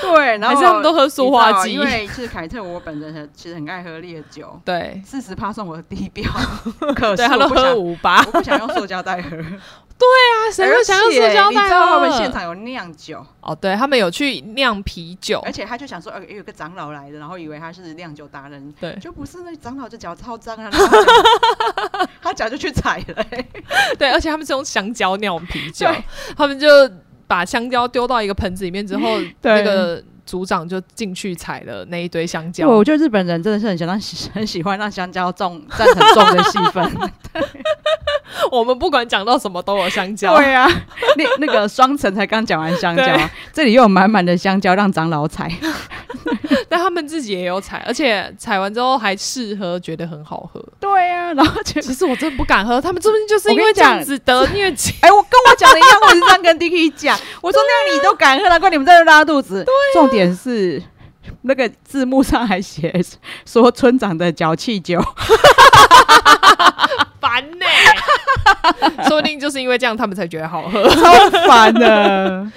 A: 对，然后
B: 还是他们都喝塑化剂
A: 你知道因为是凯特，我本人很其实很爱喝烈酒，
B: 对，
A: 四十趴算我的低 标，可
B: 对，
A: 是
B: 他
A: 我
B: 都
A: 不想
B: 喝。五八
A: 我不想用塑胶袋喝，
B: 啊，谁会想要塑胶
A: 而且你
B: 袋
A: 知道他
B: 啊？
A: 们现场有酿酒，
B: 哦，对他们有去酿啤酒
A: 而，且他就想说，呃，有个长老来的，然后以为他是酿酒达人，
B: 对
A: 就不是那长老就脚超脏 啊，然后他脚他脚就去踩了、欸，
B: 对，而且他们是用香蕉酿啤酒
A: 对，
B: 他们就把香蕉丢到一个盆子里面之 后，
A: 对
B: 那个组长就进去采了那一堆香
A: 对，
B: 蕉。
A: 我觉得日本人真的是很想让很喜欢让香蕉重占很重的戏 份。
B: 我们不管讲到什么都有香 蕉，
A: 对啊，那那个双层才刚讲完香蕉啊
B: 对，
A: 这里又有满满的香蕉让长老踩。
B: 但他们自己也有采，而且采完之后还试喝，觉得很好喝。
A: 对呀、然后就
B: 其实我真的不敢喝，他们说不定就是因
A: 我跟
B: 为
A: 你
B: 这样
A: 讲
B: 子得 疟疾。
A: 哎、我跟我讲的一样，我也是这样跟 Dicky 讲，我
B: 啊
A: 说那样你都敢喝，难怪你们在那拉肚子。重点是那个字幕上还写说村长的脚气酒，
B: 烦呢、说不定就是因为这样，他们才觉得好喝。
A: 超烦的。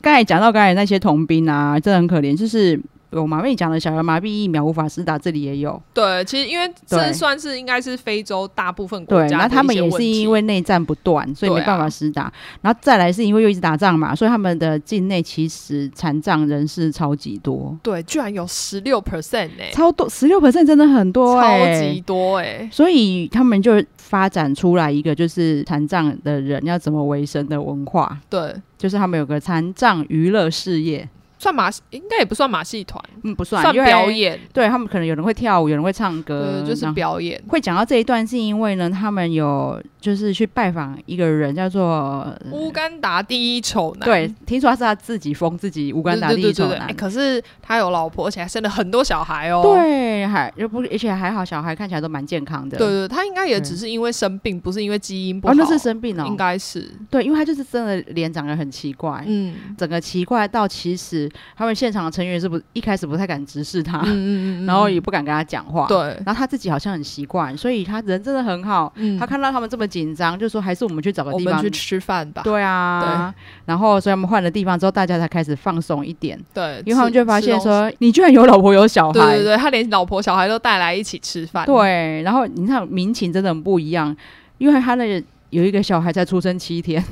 A: 刚才讲到刚才那些童兵啊，真的很可怜，就是。我马妹讲的小儿麻痹疫苗无法施打，这里也有
B: 对，其实因为 这
A: 对
B: 算是应该是非洲大部分国
A: 对，
B: 家，
A: 那他们也是因。为内战不断，所以
B: 对
A: 没
B: 啊
A: 办法施打。然后再来是因为又一直打仗嘛，所以他们的境内其实残障人士超级多，
B: 对，居然有十六 percent 呢，
A: 超多十六 percent 真的很多、欸，
B: 哎超级多哎、
A: 所以他们就发展出来一个就是残障的人要怎么维生的文化，
B: 对，
A: 就是他们有个残障娱乐事业，
B: 算马戏应该也不算马戏团，
A: 嗯，不算
B: 算
A: 因为呃
B: 表演，
A: 对他们可能有人会跳舞，有人会唱歌，
B: 对，就是
A: 然后
B: 表演。
A: 会讲到这一段，是因为呢，他们有就是去拜访一个人，叫做
B: 乌干达第一丑
A: 嗯
B: 男，
A: 对，听说他是他自己封自己乌
B: 对，
A: 干达第一丑
B: 对对对对
A: 男
B: 哎，可是他有老婆，而且还生了很多小孩哦。
A: 对，还又不，而且还好，小孩看起来都蛮健康的，
B: 对，对，他应该也
A: 嗯
B: 只是因为生病，不是因为基因不
A: 哦
B: 好，，
A: 那是生病哦，
B: 应该是，
A: 对，因为他就是真的脸长得很奇怪，
B: 嗯，
A: 整个奇怪到，其实他们现场的成员是不一开始不太敢直视他，
B: 嗯嗯嗯嗯，
A: 然后也不敢跟他讲话。，
B: 对，
A: 然后他自己好像很习惯，所以他人真的很好。
B: 嗯
A: 他看到他们这么紧张，就说还是我们去找个
B: 我
A: 地方
B: 们去。吃饭吧，
A: 对啊，然后所以他们换了地方之后，大家才开始放松一点，
B: 对，
A: 因为他们
B: 吃
A: 就发现，
B: 吃东
A: 说你居然有老婆有小
B: 西对
A: 孩
B: 对，对，他连老婆小孩都带来一起吃饭，
A: 对然后你看民情真的很不一样，因为他那个有一个小孩才出生七 天，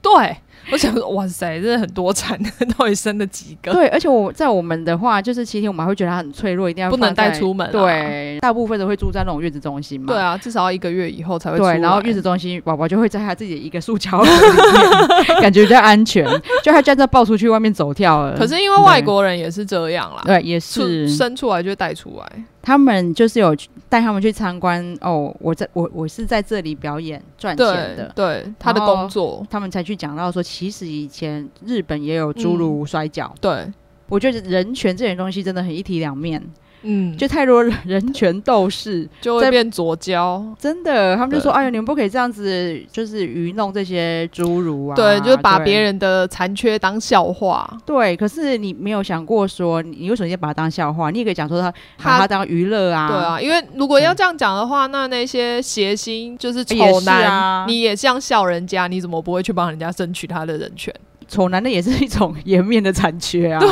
B: 对，我想说，哇塞，真的很多产， 到底生了几个？
A: 对，而且我在我们的话，就是七天我们还会觉得他很脆弱，一定要
B: 不能
A: 放在
B: 带出门啊
A: 对，大部分都会住在那种月子中心嘛。
B: 对啊，至少要一个月以后才会出来。
A: 对，然后月子中心宝宝就会在他自己的一个塑胶盒里 面，感觉比较安全。就他就这样抱出去外面走跳了。
B: 可是因为外国人也是这样啦，
A: 对，也
B: 出
A: 是
B: 生出来就带出来，
A: 他们就是有去带他们去参观哦，我在我我是在这里表演赚钱
B: 对
A: 的。
B: 对，他的
A: 然后
B: 工作，
A: 他们才去讲到说，其实以前日本也有侏儒
B: 嗯
A: 摔跤。
B: 对，
A: 我觉得人权这点东西真的很一体两面，
B: 嗯，就
A: 就太多人人权斗士。
B: 就会
A: 在
B: 变左交。
A: 真的，他们就
B: 对
A: 说：“哎呀，你们不可以这样子，就是愚弄这些侏儒啊。”
B: 对，就是把别
A: 人
B: 人的残缺当笑话，
A: 对。可是你没有想过说，你你为什么要把它当笑话？你也可以讲说他把
B: 他
A: 它当娱乐啊。嗯
B: 对，啊，因为如果要这样讲的话，那那些谐星就是丑
A: 也是
B: 男，
A: 啊
B: 你也这样笑人家，你怎么不会去帮人家争取他的人权？
A: 丑男的也是一种 颜面的残缺啊。
B: 对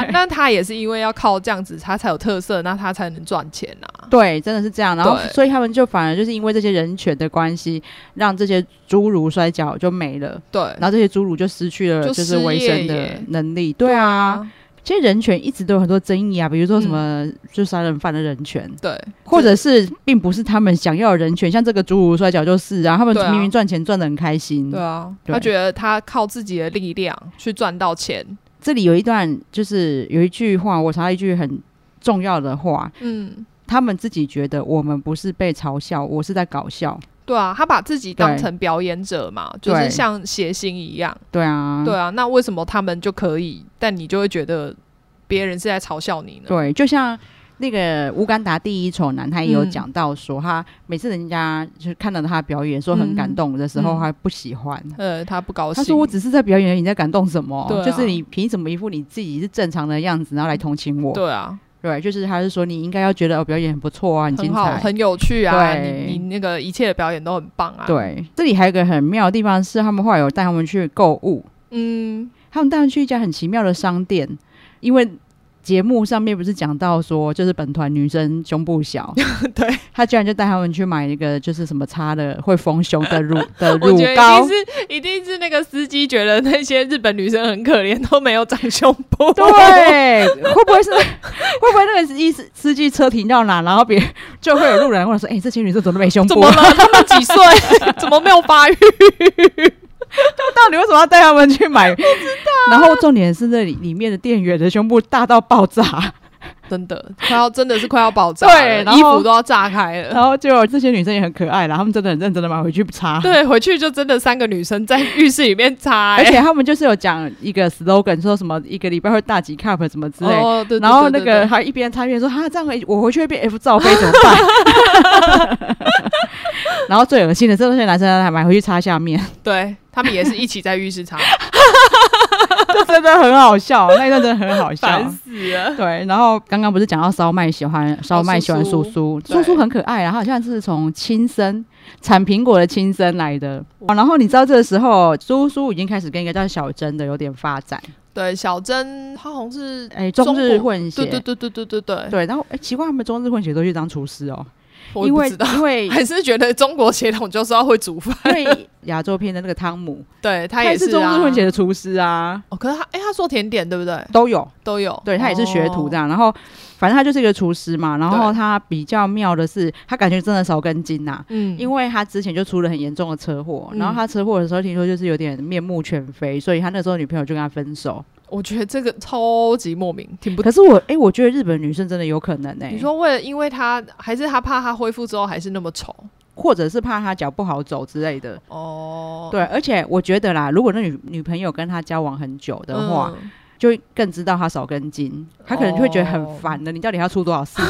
A: 对
B: 那他也是因为要靠这样子，他才有特色，那他才能赚钱啊。
A: 对，真的是这样。然后
B: 对，
A: 所以他们就反而就是因为这些人权的关系，让这些侏儒摔跤就没了，
B: 对
A: 然，后这些侏儒就失去了
B: 就
A: 就是
B: 失业
A: 维生的
B: 耶
A: 能力。对啊，，其实人权一直都有很多争议啊，比如说什么
B: 嗯
A: 就杀人犯的人权，
B: 对，
A: 或者是并不是他们想要的人权，像这个侏儒摔跤就是啊，他们
B: 对啊
A: 明明赚钱赚得很开心。
B: 对啊，
A: 嗯对
B: 他觉得他靠自己的力量去赚到钱，
A: 这里有一段就是有一句话，我查到一句很重要的话，
B: 嗯，
A: 他们自己觉得我们不是被嘲笑，我是在搞笑。
B: 对啊，他把自己当
A: 对
B: 成表演者嘛，就是
A: 对
B: 像谐星一样，
A: 对啊，
B: 对啊，那为什么他们就可以，但你就会觉得别人是在嘲笑你呢？
A: 对就像。那个乌干达第一丑男，他也有
B: 嗯
A: 讲到说，他每次人家就看到他表演，说很
B: 嗯
A: 感动的时候，
B: 嗯
A: 他不喜欢，
B: 呃，他不高兴。
A: 他说：“我只是在表演而已，你在感动什么？
B: 对啊
A: 就是你凭什么一副你自己是正常的样子，然后来同情我？
B: 对啊，
A: 对，就是他是说你应该要觉得哦表演很不错啊，很
B: 很
A: 精
B: 好，
A: 彩。
B: 很有趣啊，
A: 对
B: 你你那个一切的表演都很棒啊。，
A: 对，这里还有一个很妙的地方是，他们后来有带他们去购物，
B: 嗯，
A: 他们带他们去一家很奇妙的商店，因为节目上面不是讲到说，就是本团女生胸部小，
B: 对，
A: 他居然就带他们去买一个就是什么擦的会丰胸的 乳的
B: 我
A: 乳
B: 觉得一
A: 膏
B: 定。是一定是那个司机觉得那些日本女生很可怜，都没有长胸部。
A: 对，会不会是会不会那个司司机车停到哪，然后别就会有路人问说：“哎、这些女生怎么都没胸
B: 怎
A: 部
B: 么？了？他们几岁？怎么没有发育？
A: 到底为什么要带他们
B: 啊
A: 去买？然后重点是那里里面的店员的胸部大到爆炸，
B: 真的快要真的是快要爆炸
A: 对
B: 了，
A: 然后
B: 衣服都要炸开了。
A: 然后结果这些女生也很可爱啦，她们真的很认真的买回去擦。
B: 对，回去就真的三个女生在浴室里面擦、
A: 而
B: 欸，
A: 且他们就是有讲一个 slogan，说什么一个礼拜会大几 cup 什么之类的，
B: 哦，对对对
A: 然后那
B: 对对
A: 个还一边擦一边说：“哈，这样我回去会变 F 罩杯怎么办？” 然后最恶心的，这些男生还买回去擦下 面，
B: 对他们也是一起在浴室擦，
A: 这真的很好笑，那一段真的很好笑
B: 烦。死 了。
A: 对，然后刚刚不是讲到烧麦喜欢烧麦喜欢
B: 苏
A: 苏
B: 苏
A: 苏，
B: 哦对
A: 苏苏很可爱啊，她好像是从亲生产苹果的亲生来的。哦然后你知道这个时候，苏苏已经开始跟一个叫小珍的有点发展，
B: 对，小珍她好像是，
A: 哎，中日混血，
B: 对对对对对对对，
A: 对然后哎，奇怪，他们中日混血都去当厨师哦，
B: 我也
A: 因
B: 不
A: 为
B: 知道，
A: 因为
B: 还是觉得中国血统就是要会煮饭。
A: 因为亚洲片的那个汤姆，
B: 对 他
A: 他
B: 也
A: 也是中
B: 啊
A: 日混血的厨师啊，
B: 哦，可是他哎、他做甜点对不对？
A: 都有。
B: 都有，
A: 对他也是学徒
B: 哦
A: 这样，然后反正他就是一个厨师嘛。然后
B: 对
A: 他比较妙的是，他感觉真的少根筋呐、啊
B: 嗯，
A: 因为他之前就出了很严重的车祸，
B: 嗯
A: 然后他车祸的时候听说就是有点面目全非，所以他那时候女朋友就跟他分手。
B: 我觉得这个超级莫名，挺不。
A: 可是我哎、我觉得日本女生真的有可能哎、
B: 嗯你说为了，因为他还是他怕他恢复之后还是那么丑
A: 或者是怕他脚不好走之类的。
B: 哦，
A: 对，而且我觉得啦，如果那女女朋友跟他交往很久的话，
B: 嗯
A: 就会更知道他少根筋，他可能就会觉得
B: 哦
A: 很烦了。你到底要出多少 事情？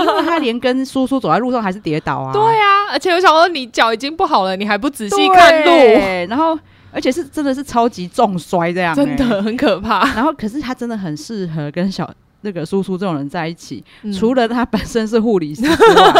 A: 因为他连跟叔叔走在路上还是跌倒啊，
B: 对啊，而且我想说，你脚已经不好了，你还不仔细
A: 对
B: 看路，，
A: 然后而且是真的是超级重摔这样、
B: 真
A: 欸
B: 的很可怕。
A: 然后可是他真的很适合跟小那个叔叔这种人在一起，
B: 嗯
A: 除了他本身是护理师之外，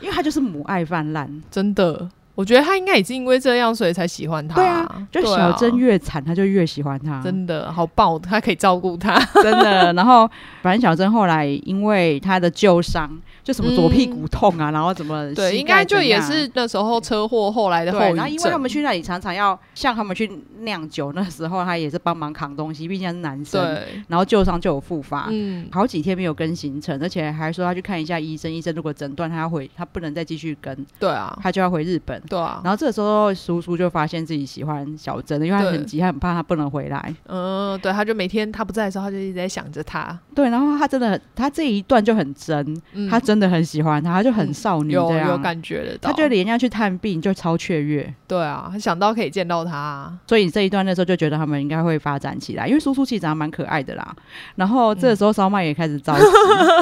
A: 因为他就是母爱泛滥。
B: 嗯真的，我觉得他应该也是因为这样，所以才喜欢他。
A: 对啊，就
B: 对啊啊
A: 小珍越惨，他就越喜欢他，
B: 真的好棒，他可以照顾他。
A: 真的。然后，反正小珍后来因为她的旧伤，就什么左屁股痛啊，然后怎么
B: 对，
A: 膝盖
B: 应该就
A: 怎
B: 也
A: 样
B: 是那时候车祸后来的后
A: 对。然后
B: 遗
A: 因为他
B: 症
A: 们。去那里常常要像他们去酿酒，那时候他也是帮忙扛东西，毕竟他是男生，
B: 对，
A: 然后旧伤就有复发。
B: 嗯，
A: 好几天没有跟行程，而且还说他去看一下医生，医生如果诊断他要回，他不能再继续跟，
B: 对啊，
A: 他就要回日本。
B: 对啊，
A: 然后这时候叔叔就发现自己喜欢小珍了，因为他
B: 对
A: 很急，他很怕他不能回来。
B: 嗯，对，他就每天他不在的时候，他就一直在想着他。
A: 对，然后他真的很，他这一段就很真，
B: 嗯，
A: 他真的很喜欢他，他就很少女
B: 有
A: 这样，
B: 有感觉得到，
A: 他就连要去探病就超雀跃。
B: 对啊，他想到可以见到他，
A: 所以这一段那时候就觉得他们应该会发展起来，因为叔叔其实长得蛮可爱的啦。然后这个时候烧麦也开始着 急，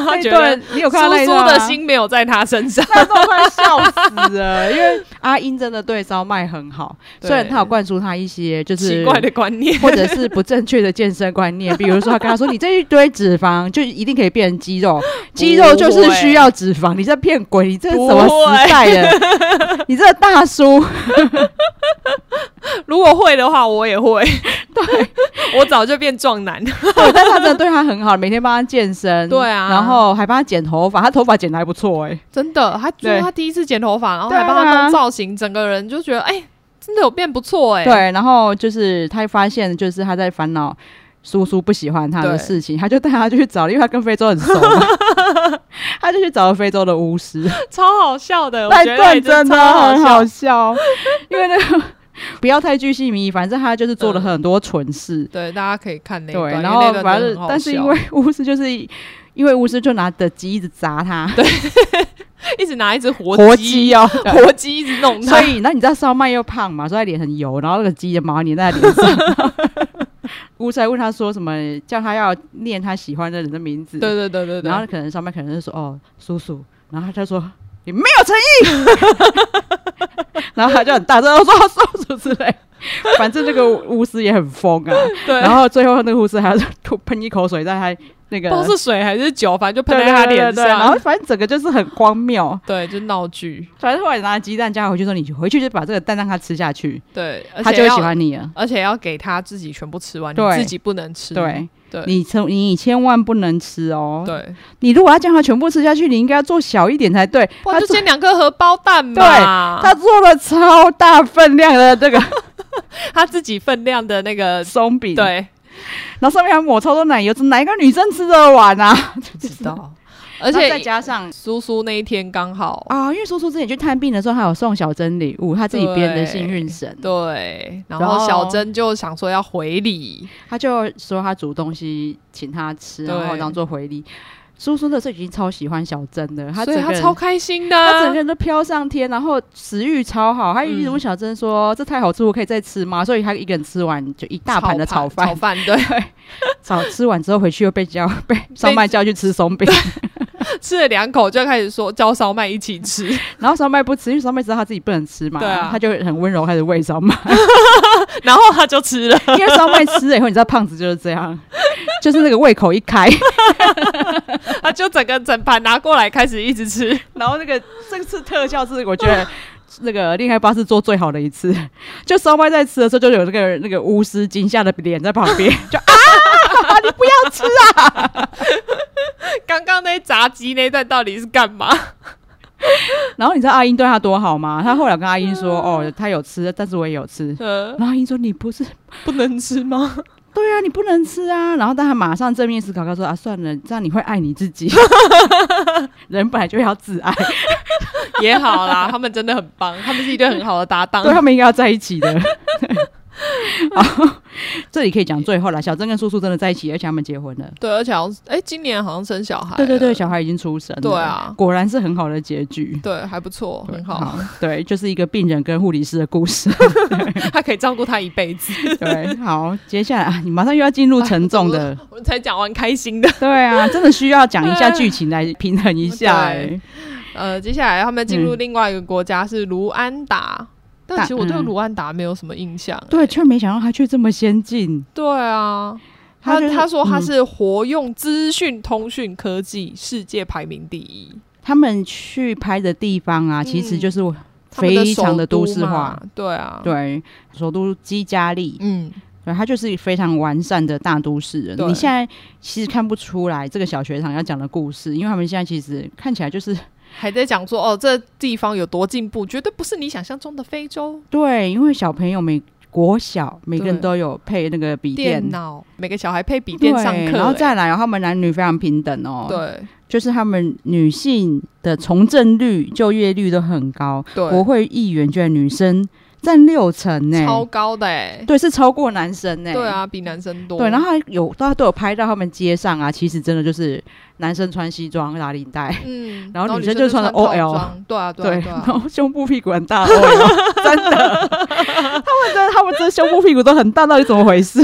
A: 那一
B: 觉
A: 段
B: 得
A: 你有
B: 叔
A: 看到那一
B: 叔
A: 段吗
B: 的心没有在他身上。
A: 那时候快笑死了，因为 阿英真的对烧麦很好，
B: 对
A: 虽然他有灌输他一些就是
B: 奇怪的观念，
A: 或者是不正确的健身观念，比如说他跟他说你这一堆脂肪就一定可以变成肌肉，肌肉就是需要脂肪，你这骗鬼，你这是什么时代的？你这个大叔，
B: 如果会的话，我也会。 对，我早就变壮男。
A: 对，但是他真的对他很好，每天帮他健身，
B: 对啊
A: 然后还帮他剪头发，他头发剪的还不错哎、
B: 真的，他就
A: 对
B: 他第一次剪头发，然后
A: 对啊
B: 还帮他弄造型，整个人就觉得哎、真的有变不错哎、
A: 对，然后就是他发现就是他在烦恼。叔叔不喜欢他的
B: 对
A: 事情，他就带他去找，因为他跟非洲很熟 嘛，他就去找了非洲的巫师。
B: 超好笑的，我
A: 那
B: 觉得
A: 段
B: 也真
A: 真
B: 的
A: 的
B: 超好
A: 很
B: 笑
A: 好。笑，因为那个不要太巨细靡遗，反正他就是做了很多蠢事。
B: 对，大家可以看那一
A: 对，
B: 段，
A: 然
B: 因为
A: 后
B: 那段
A: 反
B: 真
A: 正
B: 的很好
A: 但是
B: 笑
A: 因为巫师就是因为巫师就拿的鸡一直砸他，
B: 一直拿一只活
A: 活
B: 鸡
A: 鸡哦，对
B: 活鸡一直 弄
A: 所
B: 他，
A: 以那你知道烧麦又胖嘛，所以他脸很油，然后那个鸡的毛粘在他脸上。 巫师还问他说什么，叫他要念他喜欢的人的名字。
B: 对对对对对，
A: 然后可能上面可能是说哦叔叔，然后他就说你没有诚意， 然后他就很大声地说叔叔之类，反正这个巫师也很疯啊。
B: 对，
A: 然后最后那个巫师还要吐喷一口水在他那个
B: 不知道是水还是酒，反正就喷
A: 对
B: 在
A: 对
B: 他
A: 对
B: 脸
A: 对然后
B: 上，
A: 反正整个就是很荒谬。
B: 对，就闹剧，
A: 反正后来拿鸡蛋加回去说你回去就把这个蛋让他吃下去，
B: 对，而
A: 他
B: 且
A: 就会
B: 要
A: 喜，欢你了。
B: 而且要给他自己全部吃完，你
A: 对
B: 自己不能吃，
A: 对
B: 对
A: 你千你千万不能吃哦！
B: 对，
A: 你如果要叫他全部吃下去，你应该要做小一点才对。
B: 哇，
A: 他
B: 就
A: 做
B: 煎两颗荷包蛋嘛，
A: 他做了超大分量的这个
B: 他自己分量的那个，
A: 松饼，，
B: 对，
A: 然后上面还抹超多奶油，这哪一个女生吃得完啊？
B: 不知道， 而
A: 然后再
B: 且
A: 加上
B: 苏苏那一天刚好，
A: 啊，因为叔叔之前去探病的时候，还有送小珍礼物，他自己编的
B: 对
A: 幸运绳，
B: 对，然
A: 然
B: 后
A: 后
B: 小珍就想说要回礼，
A: 他就说他煮东西请他吃，
B: 对
A: 然后当做回礼。叔叔那时候已经超喜欢小珍的，他整
B: 所以
A: 个
B: 他
A: 人
B: 超开心的、
A: 他
B: 啊，
A: 整个人都飘上天，然后食欲超好，他一直问小珍说：“这太好吃，我可以再吃吗？”所以他一个人吃完就一大盘的炒
B: 炒
A: 饭，
B: 饭对，
A: 炒吃完之后回去又被叫 被烧麦叫去吃 松饼，
B: 吃了两口就开始说叫烧麦一起 吃，
A: 然后烧麦不吃，因为烧麦知道他自己不能吃嘛，
B: 对啊
A: 他就很温柔开始喂 烧麦，
B: 然后他就 吃了。
A: 因为烧麦吃了以后，你知道胖子就是这样， 就是那个胃口一开，
B: 他就整个整盘拿过来开始一直吃，
A: 然后那个这次特效是我觉得那个恋爱巴士做最好的一次， 就烧麦在吃的时候，就有那个那个巫师惊吓的脸在旁边， 就啊，你不要吃啊！
B: 刚刚那炸鸡那段到底是干 嘛？
A: 然后你知道阿英对他多好
B: 嗯
A: 吗？他后来跟阿英说，哦，他有吃，但是我也有吃。
B: 呃，
A: 然后阿英说：“你不是
B: 不能吃吗？
A: 对啊，你不能吃啊。”然后但他马上正面思考，他说：“啊，算了，这样你会爱你自 己。人本来就要自爱，
B: 也好啦，他们真的很棒，他们是一对很好的搭档
A: 对。他们应该要在一起 的。”好，这里可以讲最后了。小珍跟叔叔真的在一起，而且他们结婚了。
B: 对，而且好像是哎、今年好像生小孩了，
A: 对对对，小孩已经出生了。
B: 对啊
A: 果然是很好的结局，
B: 对还不错，很好，
A: 好。对，就是一个病人跟护理师的故 事。
B: 他可以照顾他一辈子。
A: 对，好，接下来啊，你马上又要进入沉重的，
B: 啊我们才讲完开心的，
A: 对啊，真的需要讲一下剧情来平衡一下、欸
B: 对。呃，接下来他们进入
A: 嗯
B: 另外一个国家是卢安达，但
A: 大
B: 其实我对
A: 嗯
B: 卢安达没有什么印象、
A: 对，却没想到他却这么先进。
B: 对啊，他
A: 就是
B: 他说他、
A: 嗯
B: 是活用资讯通讯科技世界排名第一，
A: 他们去拍的地方啊，其实就是
B: 嗯他们
A: 非常
B: 首
A: 的
B: 都
A: 都市化
B: 嘛，对啊，，
A: 对首都基加利，
B: 嗯，
A: 对，它就是非常完善的大都市人。
B: 对
A: 你现在其实看不出来这个小学堂要讲的故事，因为他们现在其实看起来就是
B: 还在讲说哦，这地方有多进步，绝对不是你想象中的非洲。
A: 对，因为小朋友每国小每个人
B: 对
A: 都有配那个笔电
B: 电脑，每个小孩配笔电上
A: 对
B: 课、
A: 然后
B: 欸
A: 再来、哦，他们男女非常平等哦。，
B: 对
A: 就是他们女性的从政率、就业率都很高，国
B: 对，
A: 会议员居然女生占六成呢、
B: 超高的哎、
A: 对，是超过男生呢、
B: 对。啊，比男生多。
A: 对，然后还有大家都有拍到他们街上啊，其实真的就是男生穿西装打领带，
B: 嗯，
A: 然后女
B: 女
A: 生
B: 生
A: 就穿
B: 穿
A: 着
B: 套
A: OL
B: 装对啊，对啊，
A: 对，
B: 对
A: 然
B: 啊，
A: 后胸部屁股很大，哦 哟真的，他们真的他们真的胸部屁股都很大，到底怎么回 事？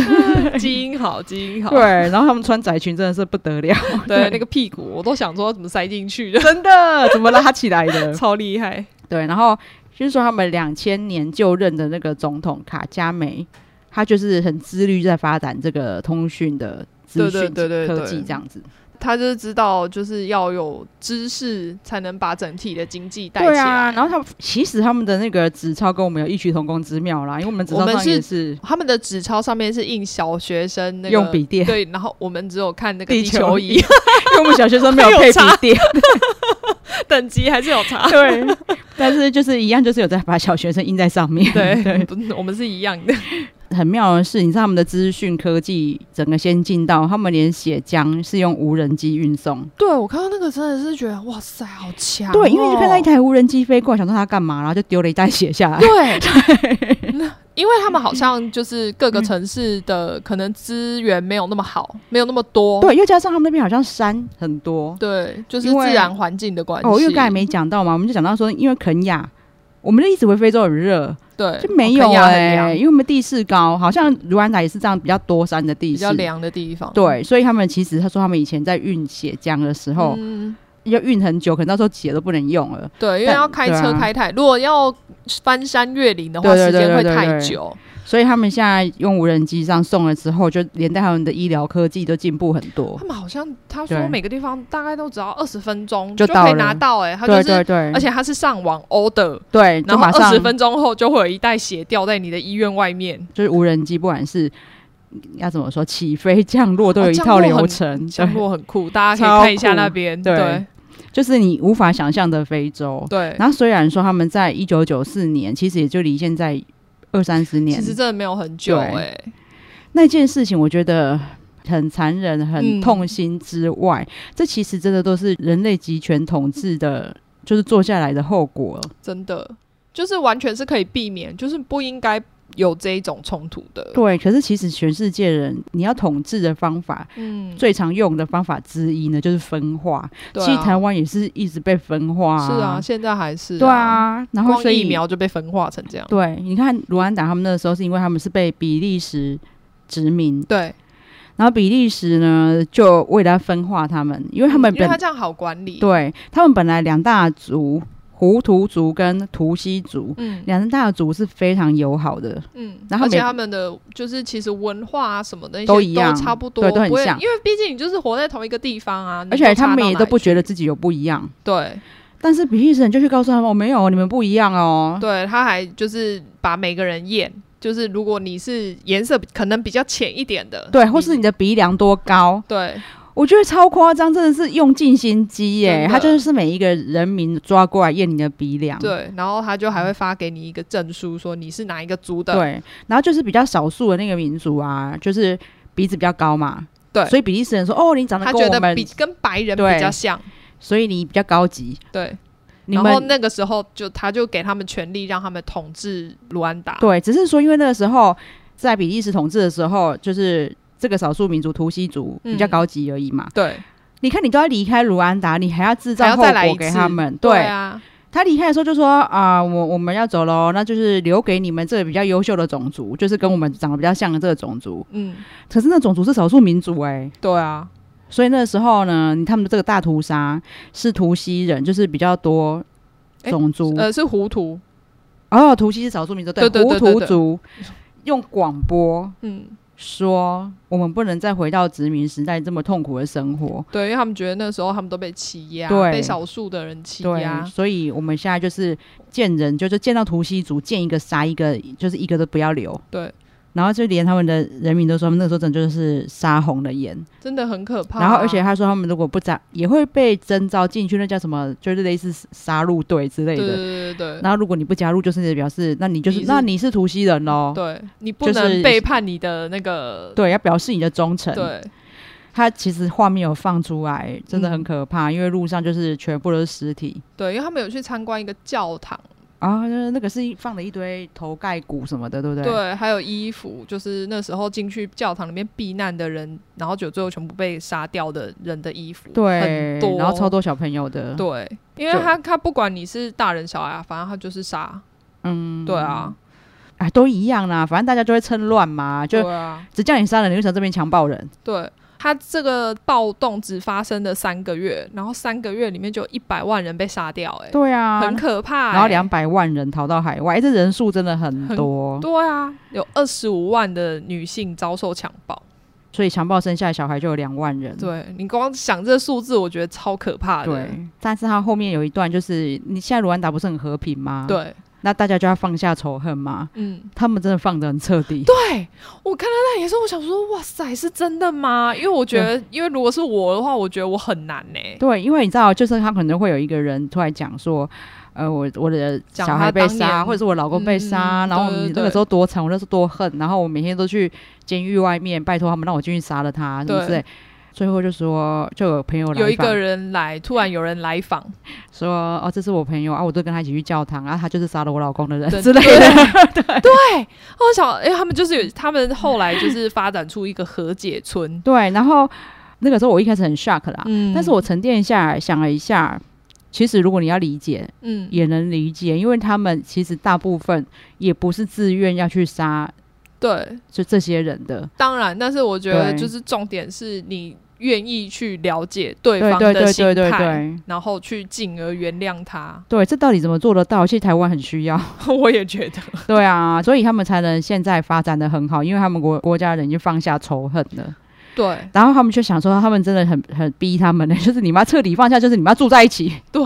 B: 基因好，基因好，
A: 对，然后他们穿窄裙真的是不得了，
B: 对，那个屁股我都想说怎么塞进去的，
A: 真的 怎么拉起来的？
B: 超厉害。
A: 对，然后就是说他们两千年就任的那个总统卡加梅，他就是很自律在发展这个通讯的资
B: 对
A: 讯
B: 对对对
A: 科技
B: 对
A: 这样子。
B: 他就是知道，就是要有知识才能把整体的经济带起来。
A: 对啊，然后他们其实他们的那个纸钞跟我们有异曲同工之妙啦，因为我们纸
B: 我
A: 钞
B: 们
A: 上也
B: 是
A: 是
B: 他们的纸钞上面是印小学生那个
A: 用笔 电，
B: 对，然后我们只有看那个
A: 地
B: 地
A: 球
B: 球
A: 仪
B: 仪
A: 因为我们小学生没有
B: 有
A: 配笔
B: 差
A: 电，
B: 等级还是有差。
A: 对，但是就是一样，就是有在把小学生印在上面。
B: 对，不是我们是一样的。
A: 很妙的是，你知道他们的资讯科技整个先进到，他们连血浆是用无人机运送。
B: 对，我看到那个真的是觉得哇塞，好强、哦
A: 对，因为就看到一。台无人机飞过来，想说它干嘛，然后就丢了一袋血下来。嗯
B: 对， 那因为他们好像就是各个城市的可能资源没有那么好，没有那么多。
A: 对，又加上他们那边好像山很多。
B: 对，就是
A: 因为
B: 自然环境的关系。
A: 哦，因为刚才没讲到嘛，我们就讲到说，因为肯雅，我们就一直为非洲很热，
B: 对哦
A: 就没有
B: 肯亚很
A: 哎、
B: 凉
A: 因为我们地势高，好像卢安达也是这样比较多山的地
B: 比
A: 势
B: 较。凉的地方。
A: 对，所以他们其实他说他们以前在运血浆的时候，
B: 嗯，
A: 要运很久，可能到时候血都不能用了。
B: 对，因为
A: 但
B: 要开
A: 对
B: 车
A: 啊
B: 开太，如果要翻山越岭的话，
A: 对对
B: 时
A: 对
B: 间会
A: 对对
B: 太
A: 对
B: 久。
A: 所以他们现在用无人机上送了之后，就连带他们的医疗科技都进步很多
B: 他。们好像他说
A: 对
B: 每个地方大概都只要二十分钟
A: 就
B: 可以
A: 到了
B: 拿到、欸，哎，他就
A: 对
B: 是，
A: 对对，
B: 而且他是上网 order，
A: 对，就
B: 然后
A: 马
B: 二
A: 上
B: 十分钟后就会有一袋血掉在你的医院外面，
A: 就是无人机，不管是要怎么说起飞、 降落都有
B: 哦
A: 一
B: 降
A: 套
B: 落
A: 流
B: 很
A: 程，
B: 降
A: 对，
B: 落很酷，大家可
A: 超
B: 以看一下
A: 酷
B: 那边，
A: 对
B: 对
A: 就是你无法想象的非洲。
B: 对。
A: 然后虽然说他们在一九九四年，其实也就离现在二三十
B: 其
A: 年，
B: 实真的没有很久
A: 对
B: 哎、
A: 那件事情，我觉得很残忍、很
B: 嗯
A: 痛心之外，这其实真的都是人类集权统治的，就是做下来的后果。
B: 真的就是完全是可以避免，就是不应该有这一种冲突的。
A: 对，可是其实全世界人，你要统治的方法，
B: 嗯，
A: 最常用的方法之一呢，就是分化。
B: 对啊
A: 其实台湾也是一直被分化、
B: 是啊，，现在还是
A: 对，啊，然后
B: 光
A: 所以
B: 疫苗就被分化成这样。
A: 对，你看卢安达他们那时候是因为他们是被比利时殖民，
B: 对，
A: 然后比利时呢就为了要分化他们，因为他们
B: 嗯因为
A: 本
B: 他这样好管理。，
A: 对他们本来两大族胡图族跟图西族。
B: 嗯
A: 两大族是非常友好的，
B: 嗯，
A: 然后
B: 而且
A: 每
B: 他们的就是其实文化啊什么的那些
A: 都一样
B: 差不多，
A: 对都很
B: 不会
A: 像
B: 因为毕竟你就是活在同一个地方啊，
A: 而
B: 你
A: 且
B: 差
A: 他们
B: 到
A: 也
B: 哪
A: 都不
B: 里
A: 觉得自己有不一样。
B: 对
A: 但是比利时人就去告诉他们：“哦，没有，你们不一样哦。
B: 对，他还就是把每个人验，就是如果你是颜色可能比较浅一点的，
A: 对，或是你的鼻梁多高，
B: 对
A: 我觉得超夸张，真的是用尽心机耶！
B: 真的
A: 他就是每一个人民抓过来验你的鼻梁，
B: 对，然后他就还会发给你一个证书，说你是哪一个族的，
A: 对，然后就是比较少数的那个民族啊，就是鼻子比较高嘛，
B: 对
A: 所以比利时人说：“哦，你长得
B: 他
A: 跟
B: 觉
A: 我
B: 得
A: 们
B: 比，跟白人
A: 对
B: 比较像，
A: 所以你比较高级。
B: 对。
A: 你
B: 然后
A: 们
B: 那个时候就他就给他们权利，让他们统治卢安达。
A: 对，只是说因为那个时候在比利时统治的时候，就是这个少数民族图西族比较
B: 嗯
A: 高级而已嘛。
B: 对
A: 你看，你都要离开卢安达，你还要制
B: 还
A: 造
B: 要
A: 后
B: 再来
A: 果
B: 一
A: 给
B: 次
A: 他们，
B: 对啊，
A: 他离开的时候就说啊、我我们要走喽，那就是留给你们这个比较优秀的种族，就是跟我们长得比较像的这个种族。
B: 嗯，
A: 可是那种族是少数民族哎、
B: 对啊，
A: 所以那时候呢，你他们的这个大屠杀是图西人，就是比较多
B: 诶
A: 种族。
B: 呃，是糊涂，
A: 哦，图西是少数民族，
B: 对对对对
A: 胡图
B: 对
A: 族用广播
B: 嗯，
A: 说，我们不能再回到殖民时代这么痛苦的生活。
B: 对，因为他们觉得那时候他们都被欺压，
A: 对
B: 被少数的人欺
A: 对
B: 压，
A: 所以我们现在就是见人，就是见到图西族，见一个杀一个，就是一个都不要留。
B: 对，
A: 然后就连他们的人民都说，他们那时候真的就是杀红了眼。
B: 真的很可怕啊。
A: 然后，而且他说，他们如果不杀，也会被征召进去，那叫什么，就是类似杀戮队之类
B: 对对
A: 的。
B: 对对对
A: 然后，如果你不加入，就是表示，那你就是，
B: 你是
A: 那你是图西人喽。
B: 对，你不
A: 就是
B: 能背叛你的那个，
A: 对，要表示你的忠诚。
B: 对
A: 他其实画面有放出来，真的很
B: 嗯
A: 可怕，因为路上就是全部都是尸体
B: 对，因为他们有去参观一个教堂，
A: 啊，就是那个是放了一堆头盖骨什么的，对不对？
B: 对，还有衣服，就是那时候进去教堂里面避难的人，然后就最后全部被杀掉的人的衣服，
A: 对
B: 很多，
A: 然后超多小朋友的，
B: 对，因为
A: 就
B: 他他不管你是大人小孩啊，反正他就是杀，
A: 嗯，
B: 对啊，
A: 哎，都一样啦，反正大家就会趁乱嘛，就
B: 对啊，
A: 只叫你杀人，你为什么这边强暴人？
B: 对。他这个暴动只发生了三个月，然后三个月里面就一百万人被杀掉、欸，
A: 对啊，
B: 很可怕、欸。
A: 然后两百万人逃到海外，哎这人数真的很
B: 很
A: 多，
B: 对啊，有二十五万的女性遭受强暴。
A: 所以强暴生下的小孩就有两万人。
B: 对你光想这数字，我觉得超可怕
A: 嗯
B: 的。
A: 对，但是他后面有一段就是，你现在卢安达不是很和平吗？，
B: 对
A: 那大家就要放下仇恨嘛，
B: 嗯，
A: 他们真的放得很彻底。
B: 对我看到那也是，我想说，哇塞，是真的吗？因为我觉得，因为如果是我的话，我觉得我很难呢、
A: 对，因为你知道，就是他可能会有一个人突然讲说，呃，我我的
B: 讲
A: 小
B: 他
A: 孩被
B: 当
A: 杀，
B: 年
A: 或者是我老公被杀，
B: 嗯
A: 然后我
B: 对
A: 们
B: 对
A: 那个
B: 对
A: 时候多惨，我那时候多恨，然后我每天都去监狱外面拜托他们让我进去杀了他，什么之
B: 对
A: 类。最后就说，就有朋友来
B: 有一
A: 访
B: 个人来，突然有人来访，
A: 说，哦，这是我朋友啊，我都跟他一起去教堂啊，他就是杀了我老公的人
B: 对
A: 之类
B: 对
A: 的。
B: 我想，哎、他们就是有，他们后来就是发展出一个和解村。
A: 对，然后那个时候我一开始很 shock 啦，
B: 嗯
A: 但是我沉淀下来想了一下，其实如果你要理解，
B: 嗯，
A: 也能理解，因为他们其实大部分也不是自愿要去杀
B: 对，
A: 就这些人的，
B: 当然，但是我觉得
A: 对
B: 就是重点是你愿意去了解对
A: 对
B: 方
A: 对
B: 的
A: 对
B: 心
A: 对对
B: 态，
A: 对
B: 然后去进而原谅他。
A: 对，这到底怎么做得到？其实台湾很需要，
B: 我也觉得，
A: 对啊，所以他们才能现在发展的很好，因为他们国国家人已经放下仇恨了，
B: 对
A: 然后他们就想说，他们真的很很逼他们呢， 就是你们要彻底放下，就是你们要住在一起，
B: 对，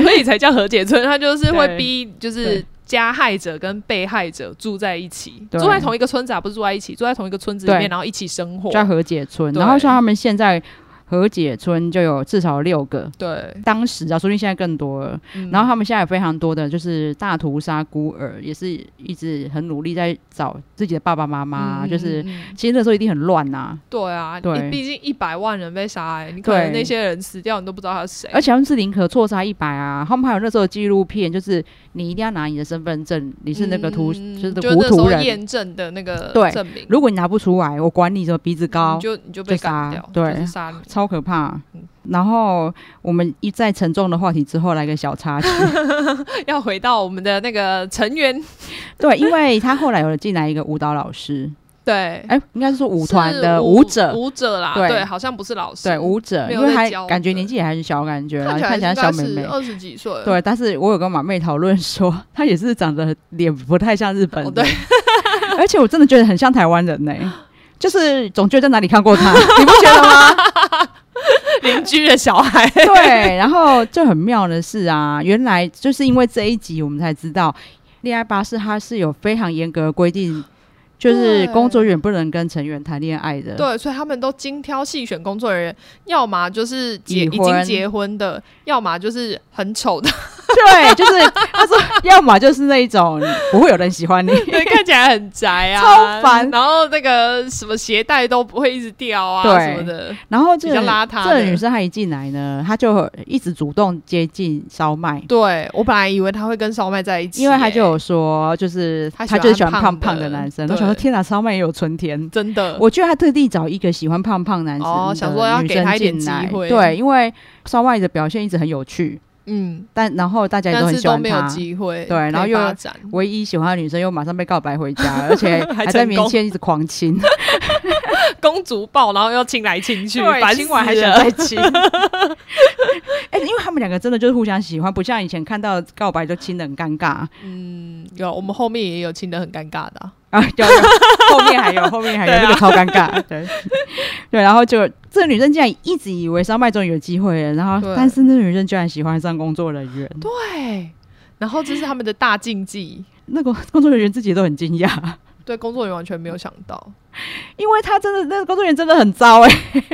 B: 所以才叫和解村，他就是
A: 对
B: 会逼，就是
A: 对
B: 加害者跟被害者住在一起，
A: 对
B: 住在同一个村子啊，不是住在一起，住在同一个村子里
A: 对
B: 面，然后一起生活。
A: 叫和解村，
B: 对
A: 然后像他们现在。和解村就有至少六个，
B: 对，
A: 当时啊，说不定现在更多了。
B: 嗯
A: 然后他们现在有非常多的就是大屠杀孤儿，也是一直很努力在找自己的爸爸妈妈，
B: 嗯
A: 就是
B: 嗯嗯
A: 其实那时候一定很乱呐、
B: 对啊，
A: 对
B: 你毕竟一百万人被杀欸害，你可
A: 对
B: 能那些人死掉，你都不知道他是谁，
A: 而且他们是宁可错杀一百啊，他们还有那时候的纪录片，就是你一定要拿你的身份证，你是那个图，
B: 嗯
A: 就是
B: 就是
A: 糊
B: 那时
A: 涂
B: 候
A: 人。
B: 验证的那个
A: 对
B: 证明，
A: 如果你拿不出来，我管你什么鼻子高
B: 你，嗯就你就被
A: 就杀
B: 干掉，
A: 对
B: 就是杀你。
A: 超可怕
B: 嗯。
A: 然后我们一再沉重的话题之后，来个小插 曲。
B: 要回到我们的那个成员，
A: 对，因为他后来有进来一个舞蹈老 师，
B: 对，
A: 哎、应该是说舞团
B: 是
A: 的
B: 舞
A: 舞者，
B: 舞者啦，
A: 对
B: 对，好像不是老师，
A: 对舞者，
B: 没
A: 因
B: 有
A: 为
B: 在
A: 还
B: 教
A: 感觉
B: 对
A: 年纪也还很小，感觉
B: 看
A: 啊
B: 起来
A: 看起来
B: 应该
A: 小妹妹
B: 是。二十几岁，
A: 对，但是我有跟马妹讨论说， 她也是长得脸不太像日本人，
B: 哦对
A: 而且我真的觉得很像台湾人呢、 就是总觉得在哪里看过她，你不觉得吗？
B: 邻居的小孩，
A: 对，然后就很妙的是啊，原来就是因为这一集我们才知道，恋爱巴士它是有非常严格的规定，就是
B: 对
A: 工作人员不能跟成员谈恋爱的。
B: 对，所以他们都精挑细选工作人员，要么就是
A: 已
B: 结已
A: 婚
B: 经结婚 的，要么就是很丑的，
A: 对，就是他说，要么就是那一种不会有人喜 欢你，
B: 对，看起来很宅啊，
A: 超 烦
B: 然后那个什么鞋带都不会一直掉啊，
A: 对
B: 什么的，
A: 然后这
B: 比较邋遢
A: 这个
B: 的
A: 女生她一进来呢，她就一直主动接近烧麦，
B: 对我本来以为他会跟烧麦在一起耶，
A: 因为她就有说，就是
B: 她喜
A: 她
B: 欢
A: 就是喜欢胖
B: 胖
A: 胖
B: 的
A: 的男生。
B: 对
A: 我想说，天哪，烧麦也有存田。
B: 真的，
A: 我觉得她特地找一个喜欢胖胖男生
B: 哦
A: 的
B: 想说要
A: 女
B: 给
A: 生
B: 她一点
A: 进来
B: 机会
A: 对，因为烧麦的表现一直很有趣，
B: 嗯，
A: 但然后大家也
B: 但
A: 都很
B: 是
A: 喜
B: 都
A: 欢
B: 没有
A: 她。
B: 机会
A: 对然后
B: 可以
A: 又
B: 发 展，
A: 唯一喜欢的女生又马上被告白回家，而且
B: 还
A: 还在
B: 成
A: 面
B: 功
A: 前一直狂亲，
B: 公主抱，然后又亲来亲去，
A: 对
B: 烦
A: 亲完
B: 死
A: 还想
B: 了
A: 再亲。哎、因为他们两个真的就是互相喜欢，不像以前看到告白就亲的很尴尬
B: 嗯，有，我们后面也有亲的很尴尬的啊、
A: 啊，有有后面还有，后面还有、
B: 对啊
A: 这个超尴尬， 对对，然后就这个女生竟然一直以为烧麦终于有机会了，然后
B: 对
A: 但是那个女生居然喜欢上工作人员，
B: 对，然后这是他们的大 禁忌，
A: 那个工作人员自己都很惊讶，
B: 对工作人员完全没有想到，
A: 因为他真的那个工作人员真的很糟哎、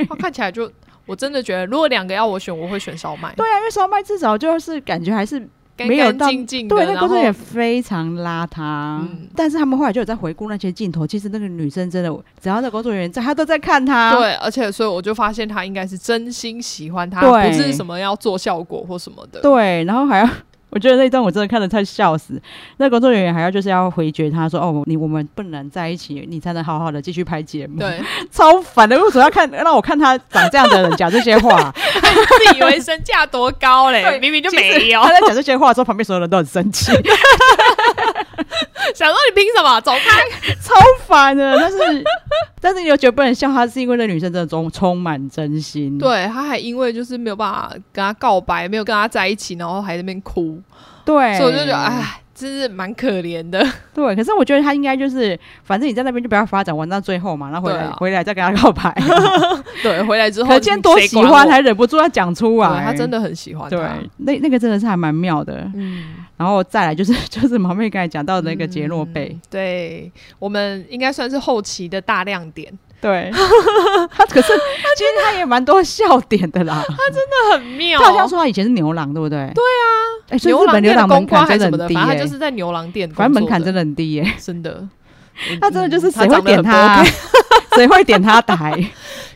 B: 他看起来就，我真的觉得，如果两个要我选，我会选烧麦，
A: 对啊，因为烧麦至少就是感觉还是
B: 干
A: 没有
B: 干
A: 到
B: 净净的，
A: 对，那
B: 然
A: 工作人员
B: 后
A: 非常邋遢、
B: 嗯
A: 但是他们后来就有在回顾那些镜头，其实那个女生真的，只要那工作人员在，她都在看她。
B: 对，而且所以我就发现他应该是真心喜欢他，
A: 对
B: 不是什么要做效果或什么的，
A: 对然后还要， 我觉得那一段我真的看得快笑死。那工作人员还要就是要回绝她说：“哦，你我们不能在一起，你才能好好的继续拍节目。”，
B: 对，
A: 超烦的，为什么要看让我看她长这样的人讲这些 话？
B: 自以为身价多高嘞，
A: 对
B: 明明就
A: 其实
B: 没有
A: 她，在讲这些话的时候，旁边所有人都很生气。
B: 想说你凭什么走开？
A: 超烦的。但是，但是你又觉得不能笑他，是因为那女生真的充充满真心。，
B: 对，他还因为就是没有办法跟他告白，没有跟他在一起，然后还在那边哭，
A: 对，
B: 所以我就觉得，，哎，真是蛮可 怜的。
A: 对。可是我觉得他应该就是，反正你在那边就不要发展，玩到最后嘛，然后回来、
B: 对啊
A: 回来再跟他告白。
B: 对，回来之后，
A: 可见多
B: 谁
A: 喜
B: 管
A: 欢，
B: 我
A: 还忍不住要讲出
B: 对
A: 来。
B: 他真。的很喜欢
A: 啊对
B: 他。，
A: 那那个真的是还蛮妙的。
B: 嗯，
A: 然后再来就是就是毛妹刚才讲到的那个 杰诺贝，
B: 嗯对我们应该算是后期的大亮点，
A: 对， 他可是其实他也蛮多笑点的啦。
B: 那很妙。
A: 他好像说他以前是牛郎，对不对？对啊，哎，所以
B: 哦牛
A: 日
B: 郎
A: 本牛
B: 店的
A: 郎门
B: 公关
A: 槛真
B: 还是什
A: 的
B: 么的，
A: 很低
B: 反正他
A: 耶
B: 就是在牛郎店工作，
A: 反正门槛真
B: 的
A: 的很低耶、
B: 真的。
A: 他真的就是谁
B: 嗯
A: 会点？
B: 长得
A: 他啊
B: 很不 OK，
A: 谁会点他 台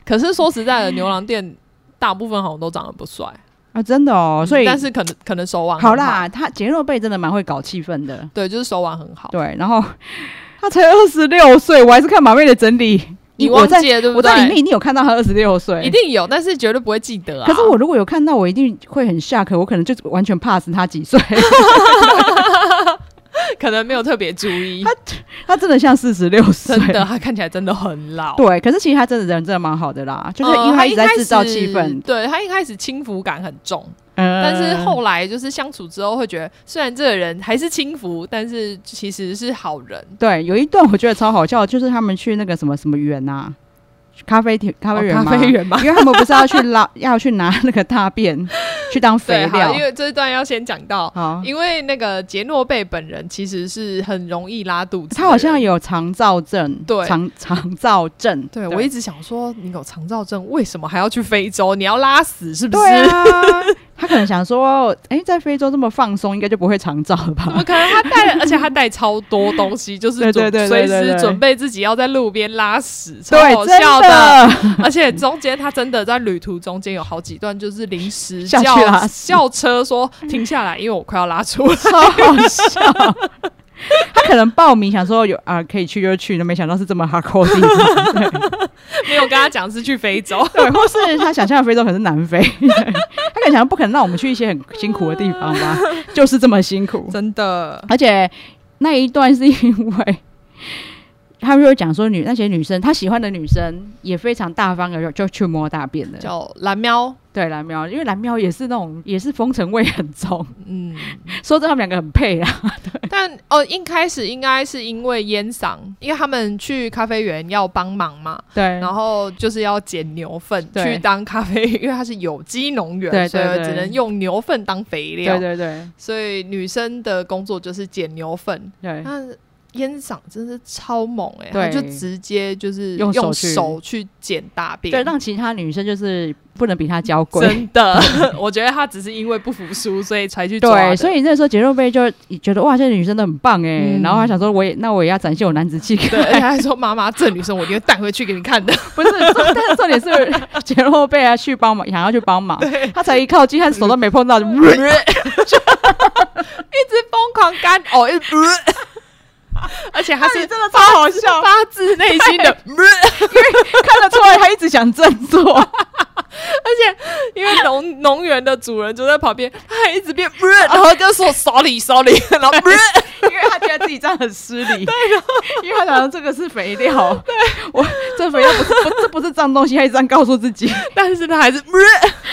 B: 可是说实在的，牛郎店大部分好像都长得不帅，
A: 啊？真的哦，所以
B: 嗯但是可能可能手腕
A: 好
B: 很
A: 啦，他杰诺贝真的蛮会搞气氛的，
B: 对，就是手腕很好。
A: 对，然后他才二十六岁，我还是看马妹的整理，
B: 你
A: 我
B: 忘
A: 在
B: 记了对不
A: 我在里面一定有看到他二十六岁，
B: 一。定有，但是绝对不会记得啊。
A: 可是我如果有看到，我一定会很下课，我可能就完全 pass 他几岁。
B: 可能没有特别注意，
A: 他真的像四十六岁，
B: 真的，他看起来真的很老。
A: 对。可是其实他真的人真的蛮好的啦，就是因为
B: 呃他
A: 一直在制造气
B: 开始
A: 氛，
B: 对他一开始轻浮感很重，
A: 嗯
B: 但是后来就是相处之后，会觉得虽然这个人还是轻浮，但是其实是好人。
A: 对，有一段我觉得超好笑，就是他们去那个什么什么园啊，咖啡厅、咖啡园、
B: 哦咖啡园吗？
A: 因为他们不是要去拉，要去拿那个大便，去去 当 肥
B: 对，
A: 料
B: 好，。因为这一段要先讲到，
A: 好，
B: 因为那个杰诺贝本人其实是很容易拉肚子的人，
A: 他好像有肠燥症，
B: 对
A: 肠肠燥症。
B: 对我一直想说，你有肠燥症，为什么还要去非洲？你要拉屎是不是？
A: 对啊，他可能想说，哎、在非洲这么放松，应该就不会肠燥了
B: 怎
A: 吧
B: 么？可能？他带了，而且他带超多东西，就是
A: 对
B: 准
A: 对对
B: 随
A: 对对
B: 时
A: 对
B: 准备自己要在路边拉屎，超
A: 对，
B: 好
A: 真
B: 笑
A: 的，
B: 而且中间他真的在旅途中间有好几段就是临时
A: 下
B: 叫
A: 去拉屎
B: 叫车说停下来，因为我快要拉出来。
A: 超好笑。他可能报名想说有啊可以去就去，那没想到是这么 hardcore 的 地方。
B: 没有跟他讲是去非 洲，
A: 对，或是他想象的非洲可能是南非， 对他可能想不可能让我们去一些很辛苦的地方 吧，就是这么辛苦。
B: 真的。
A: 而且那一段是因为 他们有讲说女那些女生，他喜欢的女生也非常大方的就就去摸大便了。
B: 叫蓝喵，
A: 对蓝喵，因为蓝喵也是那种也是风尘味很重，
B: 嗯，
A: 说这他们两个很配啊啦。
B: 但哦，一开始应该是因为烟嗓，因为他们去咖啡园要帮忙嘛，
A: 对，
B: 然后就是要捡牛粪
A: 对
B: 去当咖啡，因为它是有机农园，
A: 对对
B: 所以
A: 对
B: 只能用牛粪当肥料。
A: 对对对
B: 所以女生的工作就是捡牛粪。
A: 对，
B: 那烟嗓真是超猛哎、欸，
A: 对
B: 她就直接就是
A: 用手
B: 用
A: 去
B: 手去捡大便，
A: 对让其他女生就是不能比他娇贵。
B: 真的， 我觉得她只是因为不服输，所以才去抓
A: 对，
B: 的
A: 所以那时候杰诺贝就觉得哇，这女生都很棒哎、
B: 嗯
A: 然后他想说我也那我也要展现我男子气概，
B: 对，而且还说妈妈，这女生我一定会带回去给你看的。
A: 不是，重但是重点是 杰诺贝啊去帮忙，想要去帮忙，他才一靠近，他手都没碰到 就
B: 一直疯狂干
A: 哦
B: 呕，一直 而且 他是
A: 哎真的超好笑，
B: 发自内心 的，
A: 看得出来他一直想振作，
B: 因为农农园的主人就在旁边，他还一直 变，然后就说 sorry sorry，然 后
A: 因为他觉得自己这样很失礼，对， 因为他想说这个是肥料，对， 我这肥料不是不这不是脏东西，他一直这样告诉自己，
B: 但是他还 是，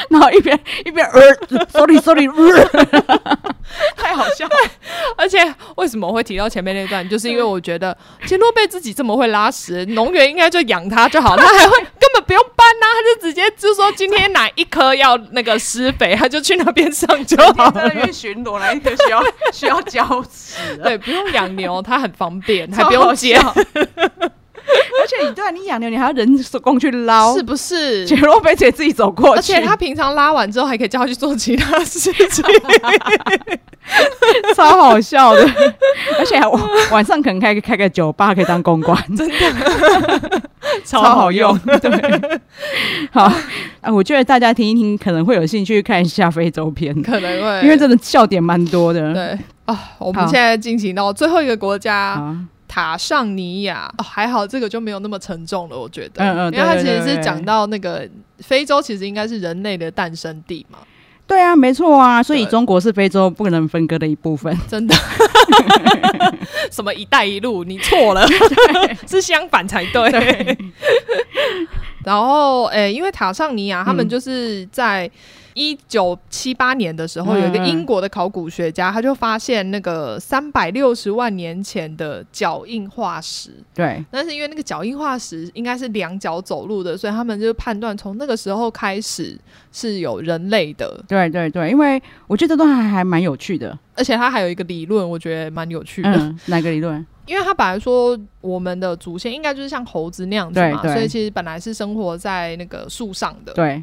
A: 然后一边一边呃，sorry sorry，呃太好 笑了，
B: 而且为什么会提到前面那段，就是因为我觉得杰诺贝自己这么会拉屎，农园应该就养他就 好，他还会根本不用搬呐、他就直接就说今天哪一颗要那个施肥，他就去那边上就好了。
A: 边巡逻来一 个需要需要浇屎
B: 对，不用养牛，它很方 便，还
A: 超
B: 不用
A: 好
B: 接，
A: 而且你对啊，你养牛你还要人手工去捞，
B: 是不 是
A: 杰？洛贝姐自己走过
B: 而
A: 去，
B: 且他平常拉完之后，还可以叫他去做其他事情。
A: 超好笑的， 而且还晚晚上可能开个开个酒吧可以当公关，真的 超好用。对，好，啊，我觉得大家听一听可能会有兴趣看一下非洲篇，
B: 可能会
A: 因为真的笑点蛮多的。
B: 对啊，我们
A: 好
B: 现在进行到最后一个国家
A: 啊，
B: 塔尚尼亚、哦，还好这个就没有那么沉重了，我觉得，
A: 嗯嗯
B: 因为它
A: 对
B: 其
A: 对
B: 实是
A: 对
B: 讲到那个非洲，其实应该是人类的诞生地嘛，
A: 对啊，没错啊，所以
B: 对
A: 中国是非洲不能分割的一部分。
B: 真的。什么“一带一路”，你错了， 是相反才对。然后，诶、因为塔尚尼亚他们
A: 嗯
B: 就是在一九七八年的时候，有一个
A: 嗯嗯
B: 英国的考古学家，他就发现那个三百六十万年前的脚印化石。
A: 对，
B: 但是因为那个脚印化石应该是两脚走路的，所以他们就判断从那个时候开始是有人类的。
A: 对对对，因为我觉得这段还还蛮有趣的。
B: 而且他还有一个理论，我觉得蛮有趣的。
A: 嗯，哪个理论？
B: 因为他本来说我们的祖先应该就是像猴子那样子嘛，
A: 对对
B: 所以其实本来是生活在那个树上的，
A: 对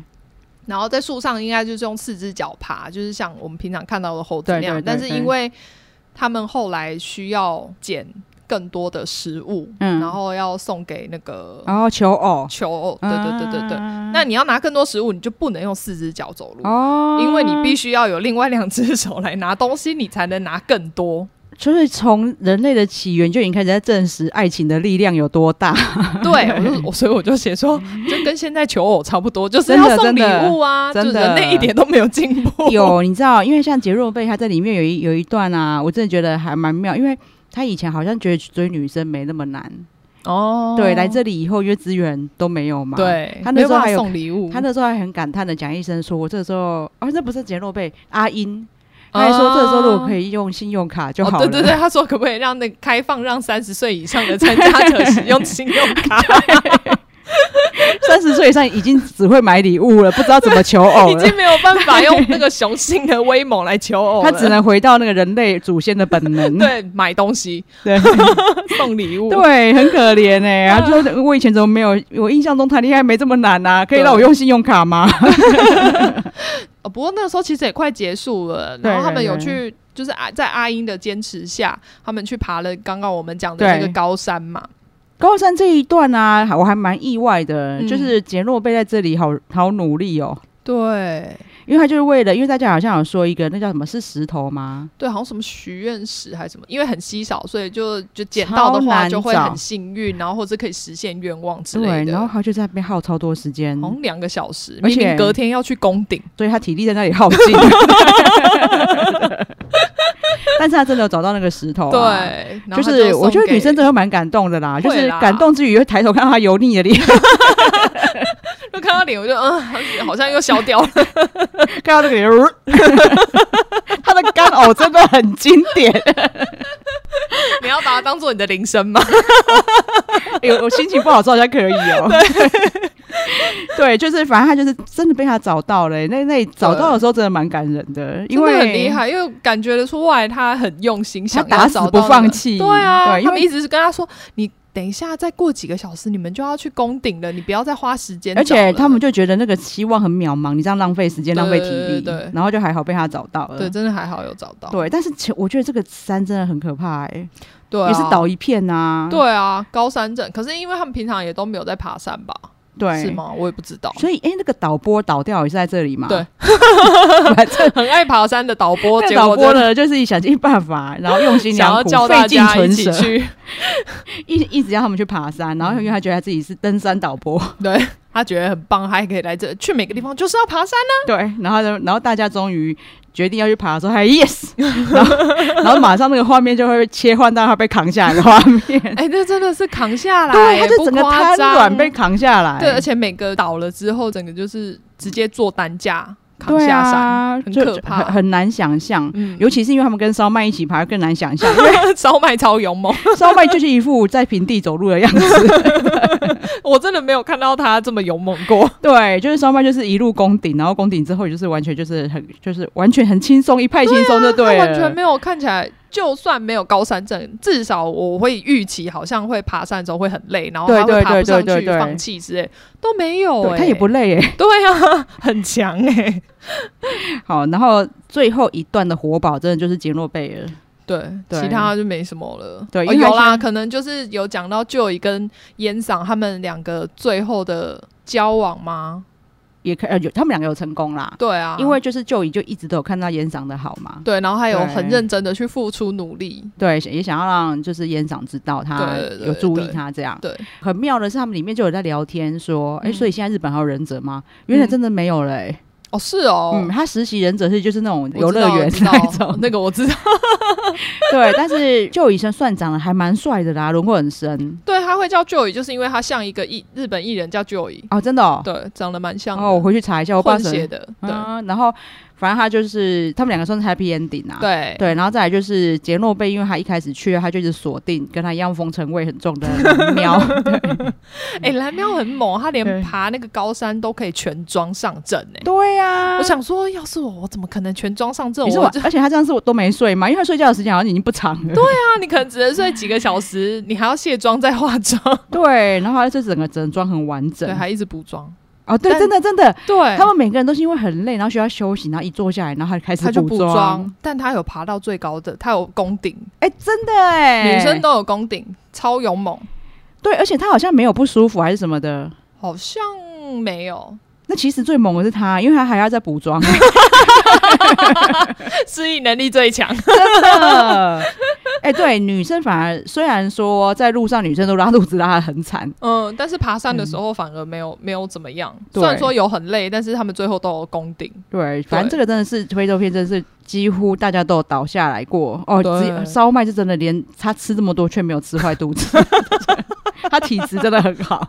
B: 然后在树上应该就是用四只脚爬，就是像我们平常看到的猴子
A: 对
B: 那样。
A: 对对
B: 但是
A: 对
B: 因为他们后来需要捡更多的食物，
A: 嗯
B: 然后要送给那个
A: 然后求偶，
B: 求偶，对对对对对。
A: 啊
B: 那你要拿更多食物，你就不能用四只脚走路。
A: 哦，
B: 因为你必须要有另外两只手来拿东西，你才能拿更多。
A: 就是从人类的起源就已经开始在证实爱情的力量有多大。
B: 对，我就我所以我就写说，就跟现在求偶差不多，就是
A: 真的
B: 要送礼物啊，就
A: 真的
B: 人类一点都没有进步。
A: 有，你知道，因为像杰若贝他在里面有一有一段啊，我真的觉得还蛮妙，因为他以前好像觉得追女生没那么难，
B: 哦，
A: 对，来这里以后因为资源都没有嘛，。
B: 对，
A: 他那
B: 没有
A: 时候还
B: 办法
A: 有
B: 送礼物，
A: 他那时候还很感叹的讲一声说：“我这时候啊，这不是杰诺贝，阿英，他还说这时候如果可
B: 以
A: 以用信用卡就好了。
B: 哦对对对，他说可 不可以让那个开放让三十岁以上的参加者使用信用卡？
A: 三十岁以上已经只会买礼物了，不知道怎么求偶
B: 已
A: 了。
B: 经没有办法用那个雄性的威猛来求偶 了，
A: 他只能回到那个人类祖先的本能，
B: 对买东 西、
A: 对
B: 送礼物。
A: 对，很可怜 哎、然后就我以前怎么没有？我印象中谈恋爱没这么难啊，可以让我用信用卡吗？
B: 哦，不过那个时候其实也快结束了，
A: 对
B: 然后他们
A: 对
B: 有
A: 对
B: 去，就是阿在阿英的坚持下，他们去爬了刚刚我们讲的那
A: 对
B: 个高山嘛。
A: 高三这一段啊，我还蛮意外的，
B: 嗯
A: 就是杰诺贝在这里好好努力哦，
B: 对
A: 因为他就是为了，因为大家好像有说一个那叫什么是石头吗？
B: 对，好像什么许愿石还是什么，因为很稀少，所以就就捡到的话就会
A: 超难
B: 很
A: 找
B: 幸运，然后或者可以实现愿望之类
A: 对，
B: 的。
A: 然后他就在那边耗超多时间，
B: 好像两个小时，
A: 而
B: 明
A: 且
B: 明隔天要去宫顶，
A: 所以他体力在那里耗 尽。但是他真的有找到那个石头、啊，
B: 对，然后
A: 就
B: 他
A: 是
B: 送
A: 我觉得女生
B: 给
A: 真的蛮感动的啦，就
B: 会
A: 是
B: 啦
A: 感动之余会抬头看到他油腻的脸，
B: 就看到脸，我就嗯，好像又消掉了。
A: 看到那个脸，呃
B: 呃
A: 他的干呕真的很经典。
B: 你要把它当做你的铃声吗？
A: 有、哎我心情不好之后好像可以哦。 对，就是反正他就是真的被他找到了欸、那那找到的时候真的蛮感人的， 因
B: 真
A: 为
B: 的很厉。害，因为感觉得出来他很用心，
A: 他
B: 想
A: 打
B: 要
A: 死
B: 找
A: 不
B: 到
A: 放
B: 那个
A: 弃
B: 对啊，
A: 对因
B: 他们
A: 为
B: 一直是跟他说，你等一下，再过几个小时你们就要去宫顶了，你不要再花时间找
A: 而
B: 了。
A: 且他们就觉得那个希望很渺茫，你这样浪费时间、
B: 对
A: 浪费体力，
B: 对对
A: 然后就还好被他找到了。
B: 对，真的还好有找到，
A: 对但是其我觉得这个山真的很可怕、欸，
B: 对啊，
A: 也是倒一片啊。
B: 对啊，高山症。可是因为他们平常也都没有在爬山吧？
A: 对，
B: 是吗？我也不知 道。
A: 所以，哎、那个导播倒掉也是在这里嘛？
B: 对，
A: 反正
B: 很爱爬山的导播，
A: 那
B: 结
A: 导
B: 果
A: 播
B: 真的
A: 呢，就是想尽办法，然后用心
B: 想
A: 良
B: 要
A: 苦
B: 叫，
A: 费
B: 大
A: 尽
B: 家一
A: 唇
B: 起
A: 舌，
B: 去，
A: 一一直要他们去爬山，然后因为他觉得他自己是登山导 播，
B: 对他觉得很棒，还可以来这去每个地方，就是要爬 山呢、
A: 对，然后呢，然后大家终于决定要去爬的时候，还 yes，然 后然后马上那个画面就会切换到他被扛下来的画 面，
B: 哎、这真的是扛下来、
A: 对，他
B: 不
A: 就整个
B: 夸
A: 瘫
B: 张
A: 软被扛下来，啊
B: 对，而且每个倒了之后，整个就是直接做担架扛
A: 对
B: 下山，
A: 啊，
B: 很
A: 就
B: 可怕
A: 很很难想象。
B: 嗯，
A: 尤其是因为他们跟烧麦一起爬，更难想象。
B: 烧麦超勇猛，
A: 烧麦就是一副在平地走路的样子，
B: 我真的没有看到他这么勇猛过。
A: 对，就是烧麦就是一路攻顶，然后攻顶之后就是完全就是很就是完全很轻松，一派轻松就对
B: 啊他
A: 了，
B: 完全没有看起来，就算没有高山症，至少我会预期好像会爬山的时候会很累，然后他
A: 对
B: 会
A: 对
B: 爬
A: 对
B: 不上
A: 对
B: 去
A: 对
B: 放弃之类，都没有、
A: 对
B: 欸。
A: 他 也不累欸哎。
B: 对啊，很强哎、
A: 好，然后最后一段的活宝真的就是杰诺贝尔，
B: 对，
A: 对
B: 其他就没什么了。
A: 对因
B: 哦
A: 为
B: 有
A: 现
B: 啦，
A: 在
B: 可能就是有讲到 Joy 跟烟嗓他们两个最后的交往吗？
A: 也可呃有他们两个有成功啦，
B: 对啊，
A: 因为就是舅姨就一直都有看到岩长的好嘛，
B: 对，然后还有
A: 对
B: 很认真的去付出努力，
A: 对，也想要让就是岩长知道他
B: 对对对
A: 有注意
B: 对
A: 他这样。
B: 对，
A: 很妙的是，他们里面就有在聊天说，哎、
B: 嗯
A: 所以现在日本还有忍者吗？原来
B: 嗯
A: 真的没有了、欸，
B: 哦，是哦，
A: 嗯，他实习忍者是就是那种
B: 我
A: 游
B: 知
A: 乐
B: 道
A: 园
B: 我知道
A: 那一种，
B: 那个我知道，
A: 对，但是舅医生算长得还蛮帅的啦，轮廓很深
B: 对，他会叫 Joy，就是因为他像一个艺日本艺人叫 Joy，
A: 哦，真的哦。
B: 对，长得蛮像的，
A: 哦，我回去查一下，我爸
B: 混
A: 是
B: 血的，对、
A: 嗯，然后反正他就是他们两个算是 happy ending 啊。
B: 对
A: 对，然后再来就是杰诺贝，因为他一开始去，他就一直锁定跟他一样风尘味很重的蓝 喵。
B: 哎、蓝喵很猛，他连
A: 对
B: 爬那个高山都可以全装上阵哎、
A: 对呀、
B: 我想说，要是我，我怎么可能全装上阵？
A: 你说
B: 我
A: 我
B: 就，
A: 而且他这样是我都没睡嘛，因为他睡觉的时间好像已经不长了。对、
B: 那你可能只能睡几个小时，你还要卸妆再化妆，
A: 对，然后他就整个整装很完整
B: 对，。还一直补妆，
A: 哦，对，
B: 但
A: 真的真的，
B: 对，
A: 他们每个人都是因为很累，然后需要休息，然后一坐下来，然后他就开始
B: 他就
A: 补
B: 补
A: 妆
B: 妆。，但他有爬到最高的，他有攻顶，
A: 哎、真的哎，
B: 女生都有攻顶，超勇猛，
A: 对，而且他好像没有不舒服还是什么的。
B: 好像没有，
A: 那其实最猛的是他，因为他还要再补妆。
B: 适应能力最强。
A: 的。哎、对，女生反而虽然说在路上女生都拉肚子拉的很惨，
B: 嗯，但是爬山的时候反而没有、没有怎么样，
A: 对
B: 虽然说有很累，但是他们最后都有攻顶。
A: 对，反正这个真的是非洲片，真的是几乎大家都有倒下来过哦。
B: 对
A: 只烧麦是真的连他吃这么多却没有吃坏肚子，他体质真的很好。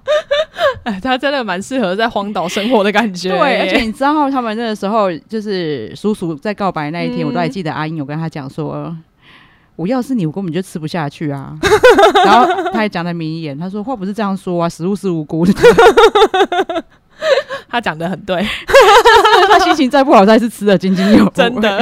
B: 哎， 他真的蛮适合在荒岛生活的感觉。
A: 对，而且你知道他们那个时候就是叔叔在告白那一天，
B: 嗯
A: 我都还记得阿英有跟他讲说。我要是你，我根本就吃不下去啊。 然后他还讲了名言，他说话不是这样说啊，食物是无 辜的。
B: 他讲的很 对，
A: 他心情再不好，他还是吃的津津有味。
B: 真的，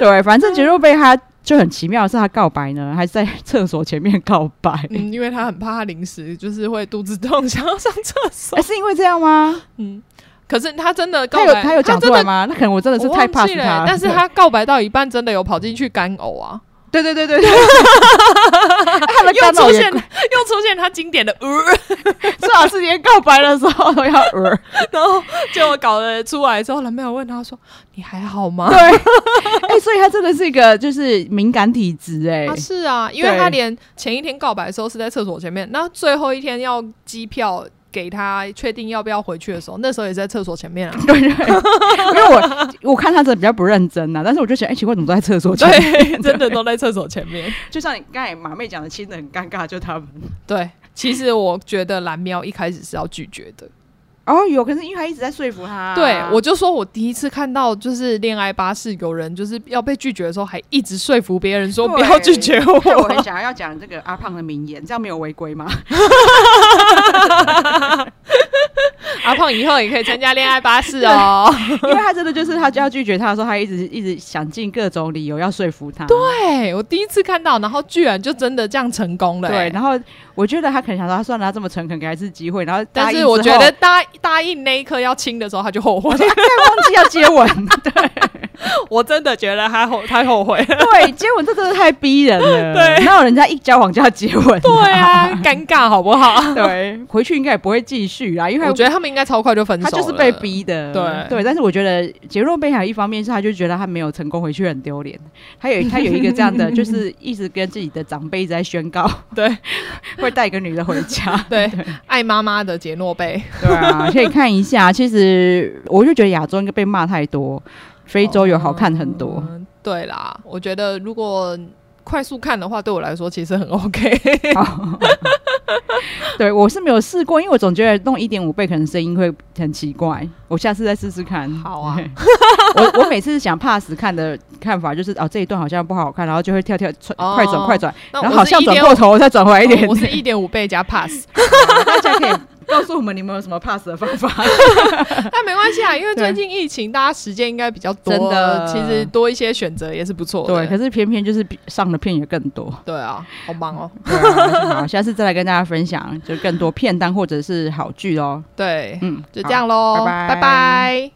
A: 对，反正杰若贝他就很奇妙的是，他告白呢，还在厕所前面告白。
B: 嗯，因为他很怕他临时就是会肚子痛，想要上厕所
A: 哎、，是因为这样吗？
B: 嗯。可是他真的告
A: 他有
B: 白，啊
A: 他有讲
B: 真
A: 出来
B: 的
A: 吗？那可能我真的是
B: 我
A: 太
B: 忘
A: pass
B: 记
A: 他
B: 了，
A: 了。
B: 但是他告白到一半，真的有跑进去干呕 啊，
A: 对对对对对，他们
B: 又
A: 干
B: 出
A: 扰也
B: 现 又出现他经典的呃，
A: 最好 是连告白的时候 都要呃，
B: 然后结果搞得出来之后，男朋友问他说：“你还好吗
A: 对， 哎、所以他真的是一个就是敏感体质哎、？”
B: 他是啊，因为他
A: 对
B: 连前一天告白的时候是在厕所前面，那最后一天要机票给他确定要不要回去的时候，那时候也是在厕所前面 啊。
A: 对对， 因为我我看他真的比较不认真呐、但是我就觉得，哎、奇怪，怎么都在厕所前面？
B: 对，真的都在厕所前面。
A: 就像你刚才马妹讲的，亲的很尴尬，就他们。
B: 对，其实我觉得蓝喵一开始是要拒绝的。
A: 哦，有，可是因为他一直在说服他。啊
B: 对， 我就说我第一次看到就是恋爱巴士有人就是要被拒绝的时候，还一直说服别人说
A: 对
B: 不要拒绝我。
A: 害我很想要讲这个阿胖的名言，这样没有违规吗？
B: 阿胖以后也可以参加恋爱巴士哦。
A: 因为他真的就是他就要拒绝他的时候，他一直一直想尽各种理由要说服他。
B: 对我第一次看到，然后居然就真的这样成功了、
A: 对，
B: 欸。
A: 然后我觉得他可能想说，他算了，他这么诚恳，给他一次机会。然后答
B: 但
A: 应
B: 是我
A: 之
B: 觉
A: 后
B: 得答答应那一刻要亲的时候，他就后 悔。
A: 忘记要接吻，
B: 我真的觉得他后他后悔了。
A: 对，接吻这真的太逼人了。
B: 对
A: 哪有人家一交往就要接吻、
B: 对，啊，尴尬好 不好？
A: 对，回去应该也不会继续啊啦，因为
B: 啊我
A: 他
B: 觉得他们应该超快就分手
A: 他
B: 了。
A: 就是被。逼的。
B: 对
A: 对，但是我觉得杰若贝还有一方面是，他就觉得他没有成功回去很丢脸。他有他有一个这样的，就是一直跟自己的长辈一直在宣告，
B: 对
A: 会带一个女的回 家。
B: 对，爱妈妈的杰诺贝。
A: 对啊，可以看一下。其实我就觉得亚洲应该被骂太多，非洲有好看很多。
B: 嗯，对啦，我觉得如果快速看的话，对我来说其实很 OK。
A: 好 对，我是没有试过，因为我总觉得弄一点五倍可能声音会很奇怪，我下次再试试看。
B: 好啊
A: 我我每次想 pass 看的看法就是，哦，这一段好像不好看，然后就会跳跳转、
B: 哦
A: 快转快转，
B: 那
A: 然后
B: 我
A: 好
B: 是
A: 像
B: 一
A: 转
B: 点
A: 过
B: 五
A: 头再转回来一点。
B: 我是一点五倍加 pass，
A: 大家 可以告诉我们你们有什么 pass 的方法？
B: 但没关系啊，因为
A: 对
B: 最近疫情，大家时间应该比较多，
A: 真的
B: 其实多一些选择也是不错的。
A: 对，可是偏偏就是比上的片也更多。
B: 对啊，好忙哦。
A: 对啊 好，下次再来跟大家分享，就更多片单或者是好剧哦。
B: 对，
A: 嗯，
B: 就
A: 好
B: 这样喽，
A: 拜拜
B: 拜拜